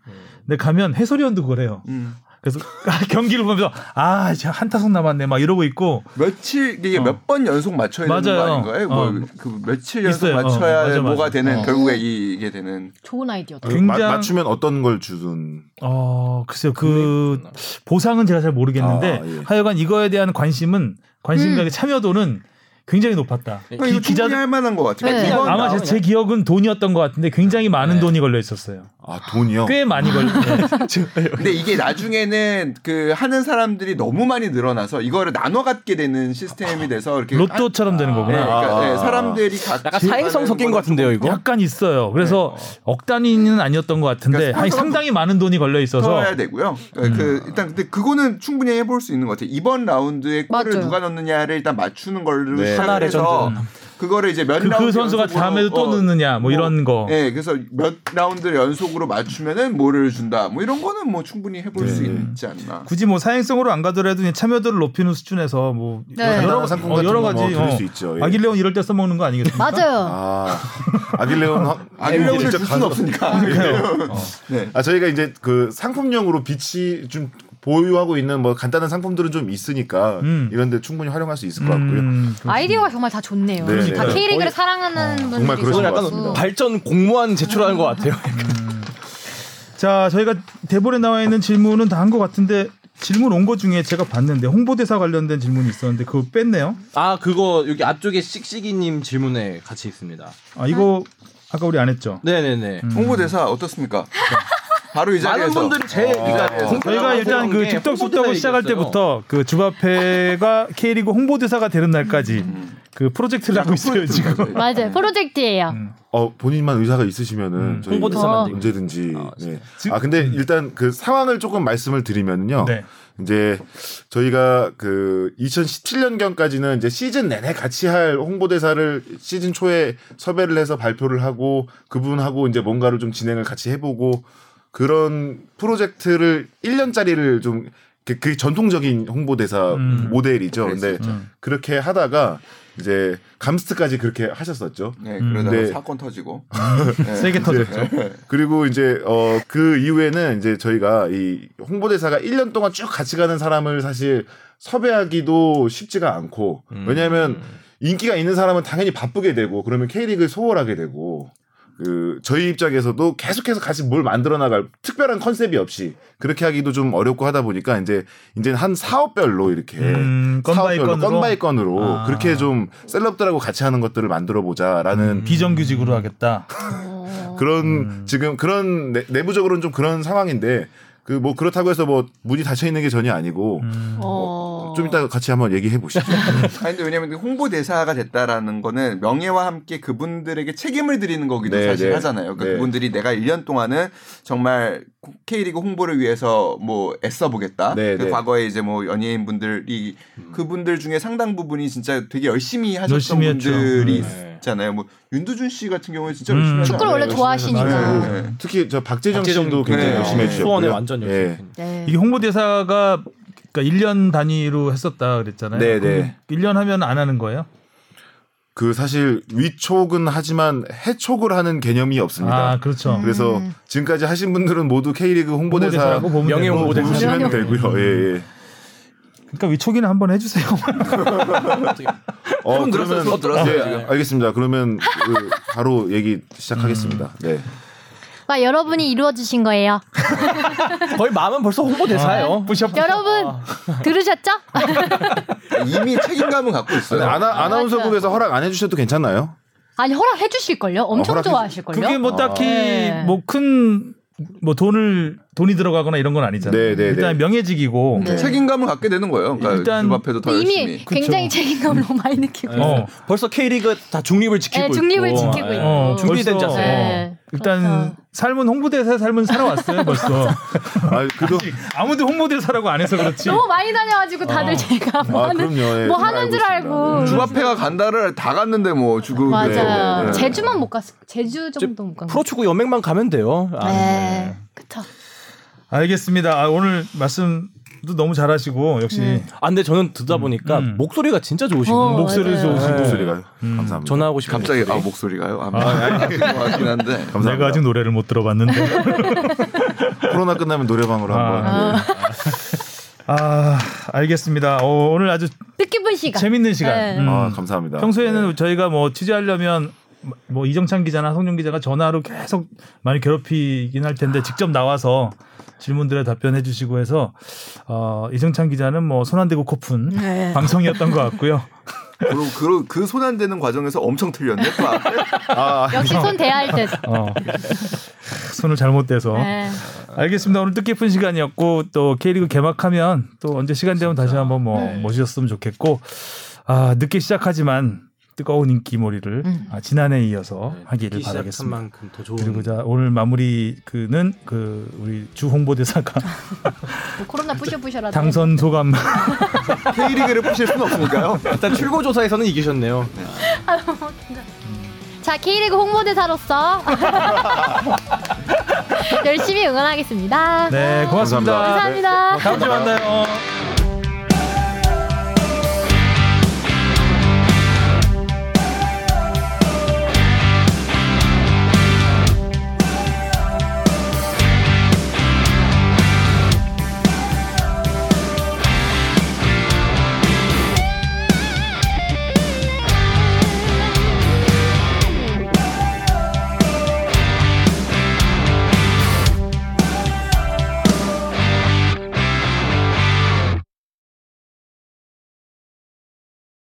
근데 가면 해설위원도 그래요.
음.
그래서 경기를 보면서 아, 진짜 한 타석 남았네 막 이러고 있고
며칠 이게
어.
몇 번 연속 맞춰야 되는 거
맞아요.
아닌가요?
어.
뭐그 며칠 연속
있어요. 어,
맞춰야
맞아, 맞아.
뭐가 되는
어.
결국에 이, 이게 되는
좋은 아이디어다.
그 마-
굉장히-
맞추면 어떤 걸 주든
어, 글쎄요. 그 보상은 제가 잘 모르겠는데
아, 예.
하여간 이거에 대한 관심은 관심과 참여도는 굉장히 높았다.
그러니까 음. 이거
기- 기자들-
충분히 할 만한 것 같아요.
네.
이건
아마 제, 제 기억은 돈이었던 것 같은데 굉장히 많은
네.
돈이 걸려 있었어요.
아 돈이요.
꽤 많이 걸려.
근데 이게 나중에는 그 하는 사람들이 너무 많이 늘어나서 이거를 나눠 갖게 되는 시스템이 돼서 이렇게 한-
로또처럼 되는
네,
거구나.
그러니까
아.
네, 사람들이 각
약간 사행성 섞인 것 같은데요, 이거?
약간 있어요. 그래서 억 단위는 아니었던 것 같은데
그러니까
아니, 상당히 많은 돈이 걸려 있어서
해야 되고요. 네,
음.
그 일단 근데 그거는 충분히 해볼 수 있는 것 같아요. 이번 라운드에 골을
맞아요.
누가 넣느냐를 일단 맞추는 걸로
네.
시작을 해서 그거를 이제 몇
그, 그
라운드
선수가
연속으로,
다음에도 또
어,
넣느냐 뭐 이런 거.
예, 그래서 몇 라운드 연속으로 맞추면은 뭐를 준다. 뭐 이런 거는 뭐 충분히 해볼 수
네.
있지 않나.
굳이 뭐 사행성으로 안 가더라도 그냥 참여도를 높이는 수준에서 뭐
네.
여러,
간단한 상품
어, 여러
같은 거
가지
뭐 드릴
어.
수 있죠, 예.
아길레온 이럴 때 써먹는 거 아니겠습니까?
맞아요.
아 아길레온
아니면 줄 수는 없으니까. 네.
아 저희가 이제 그 상품용으로 빛이 좀 보유하고 있는 뭐 간단한 상품들은 좀 있으니까
음.
이런데 충분히 활용할 수 있을 것 같고요.
음,
아이디어가 정말 다 좋네요.
네, 네. 어,
다 K리그를 사랑하는 네.
정말
분들이
오늘
그러신 것
약간
같습니다.
발전 공무원 제출하는 것 같아요.
자, 저희가 대본에 나와 있는 질문은 다 한 것 같은데 질문 온 거 중에 제가 봤는데 홍보대사 관련된 질문이 있었는데 그거 뺐네요.
아 그거 여기 앞쪽에 씩씩이님 질문에 같이 있습니다.
아 이거
네.
아까 우리 안 했죠.
네네네.
음. 홍보대사 어떻습니까? 바로 이
많은
자리에서
분들이 제일 그러니까
어, 저희가 일단 그 즉석 속덕을 시작할 때부터 그 주바페가 K리그 홍보대사가 되는 날까지 그 프로젝트를 하고 있어요 지금.
네.
맞아요. 프로젝트예요.
어 본인만 의사가 있으시면은 저희
홍보대사 만들기.
언제든지. 아, 네.
즉-
아 근데 일단 그 상황을 조금 말씀을 드리면요.
네.
이제 저희가 그 2017년경까지는 이제 시즌 내내 같이 할 홍보대사를 시즌 초에 섭외를 해서 발표를 하고 그분하고 이제 뭔가를 좀 진행을 같이 해보고 그런 프로젝트를 1년짜리를 좀 그, 그 전통적인 홍보대사
음.
모델이죠. 근데
그랬었죠.
그렇게 하다가 이제 감스트까지 그렇게 하셨었죠.
네, 그러다가
네.
사건 터지고.
네. 세게 터졌죠.
그리고 이제 어 그 이후에는 이제 저희가 이 홍보대사가 1년 동안 쭉 같이 가는 사람을 사실 섭외하기도 쉽지가 않고
음.
왜냐하면 인기가 있는 사람은 당연히 바쁘게 되고 그러면 K리그에 소홀하게 되고 그 저희 입장에서도 계속해서 같이 뭘 만들어 나갈 특별한 컨셉이 없이 그렇게 하기도 좀 어렵고 하다 보니까 이제 이제 한 사업별로 이렇게
음, 건 바이
네. 사업별로
건으로?
건 바이 건으로
아.
그렇게 좀 셀럽들하고 같이 하는 것들을 만들어 보자라는
음, 비정규직으로 하겠다.
어.
그런 지금 그런 내, 내부적으로는 좀 그런 상황인데 그 뭐 그렇다고 해서 뭐 문이 닫혀 있는 게 전혀 아니고
음.
어, 좀 이따 같이 한번 얘기해 보시죠.
아니 근데 왜냐면 홍보 대사가 됐다라는 거는 명예와 함께 그분들에게 책임을 드리는 거기도
네,
사실
네.
하잖아요. 그러니까
네.
그분들이 내가 1년 동안은 정말 K리그 홍보를 위해서 뭐 애써 보겠다.
네,
그
네.
과거에 이제 뭐 연예인 분들이 그분들 중에 상당 부분이 진짜 되게 열심히 하셨던
열심히 했죠.
분들이
네.
있잖아요. 뭐 윤두준 씨 같은 경우에 진짜
음.
열심히
축구를 원래
열심히
좋아하시니까.
하잖아요. 네.
특히 저 박재정
박재정
씨도
네.
굉장히 열심히 해주셨고요.
수원에 어. 완전 열심히.
예.
했군요.
네.
이게 홍보대사가 그러니까 1년 단위로 했었다 그랬잖아요.
네, 네.
1년 하면 안 하는 거예요?
그 사실 위촉은 하지만 해촉을 하는 개념이 없습니다.
아, 그렇죠.
그래서 지금까지 하신 분들은 모두 K리그 홍보대사
홍보대사라고 보면
명예
되고.
홍보대사.
보시면 되고요. 예, 예.
그러니까 위촉이나 한번 해 주세요.
어떻게-
어,
소문 들었어요, 소문 들었어요,
예,
지금.
알겠습니다. 그러면 그, 바로 얘기 시작하겠습니다. 네.
그러니까 여러분이 이루어 주신 거예요.
거의 마음은 벌써
아,
홍보대사예요.
여러분
아.
들으셨죠?
이미 책임감은 갖고 있어요.
네, 아나, 아나운서국에서 허락 안 해주셔도 괜찮나요?
아니 허락해 주실 걸요. 엄청
어, 허락해 주-
좋아하실 걸요.
그게 뭐 딱히
네.
뭐 큰 뭐 돈을 돈이 들어가거나 이런 건 아니잖아요.
네, 네,
일단
네.
명예직이고
네.
책임감을 갖게 되는 거예요. 그러니까
일단
일 앞에서
뭐
더
이미
열심히.
굉장히 책임감을
음.
너무 많이 느끼고.
네.
어.
벌써 K리그 다 중립을 지키고
네, 중립을
있고.
지키고
예.
있고.
어,
준비된
벌써-
자세.
네.
일단
그렇죠.
삶은 홍보대사 삶은 살아왔어요 벌써.
아, 그도
아무도 홍보대사라고 안 해서 그렇지.
너무 많이 다녀가지고 다들 제가 뭐
아,
하는
그럼요. 예,
뭐
그걸
하는 줄
있습니다.
알고.
네.
뭐 주 앞에가 간다를 다 갔는데 뭐 주고
음. 맞아요.
네, 네.
제주만 못 갔어. 제주
저
정도 못 간. 거.
프로축구 연맹만 가면 돼요. 아,
네. 그쵸.
알겠습니다. 아, 오늘 말씀도 너무 잘하시고 역시
네.
아, 근데 저는 듣다 보니까
음.
목소리가 진짜 좋으시고
어,
목소리도
맞아요.
좋으시고.
무슨 소리가요?
음,
감사합니다.
전화하고 싶은
갑자기
목소리.
아 목소리가요? 아, 아쉽긴 한데
감사합니다.
내가 아직 노래를 못 들어봤는데.
코로나 끝나면 노래방으로
아,
한번. 예.
아 알겠습니다. 어, 오늘 아주
뜻깊은 시간.
재밌는 시간.
네.
음.
아, 감사합니다.
평소에는 저희가 뭐 취재하려면 뭐 이정찬 기자나 성룡 기자가 전화로 계속 많이 괴롭히긴 할 텐데 직접 나와서 질문들에 답변해 주시고 해서 어, 이정찬 기자는 뭐 손 안 대고 코푼
네.
방송이었던 것 같고요.
그리고 그, 그 손안대는 과정에서 엄청 틀렸네 또 앞에.
아,
역시 손 대야 할 듯.
어. 손을 잘못 대서
네.
알겠습니다. 오늘 뜻깊은 시간이었고 또 K리그 개막하면 또 언제 시간 되면 다시 한번 뭐 모셨으면 좋겠고 아 늦게 시작하지만 뜨거운 인기몰이를 아, 지난해에 이어서 하기를
시작한
바라겠습니다.
만큼 더 좋은
그리고 자 오늘 마무리 그는 그 우리 주 홍보대사가
뭐 코로나 부셔부셔라도.
당선 소감
K리그를 푸실 수는 없으니까요.
어, 일단 출고 조사에서는 이기셨네요.
자 K리그 홍보대사로서 열심히 응원하겠습니다.
네 고맙습니다. 네,
감사합니다.
감사합니다.
다음 주에 만나요.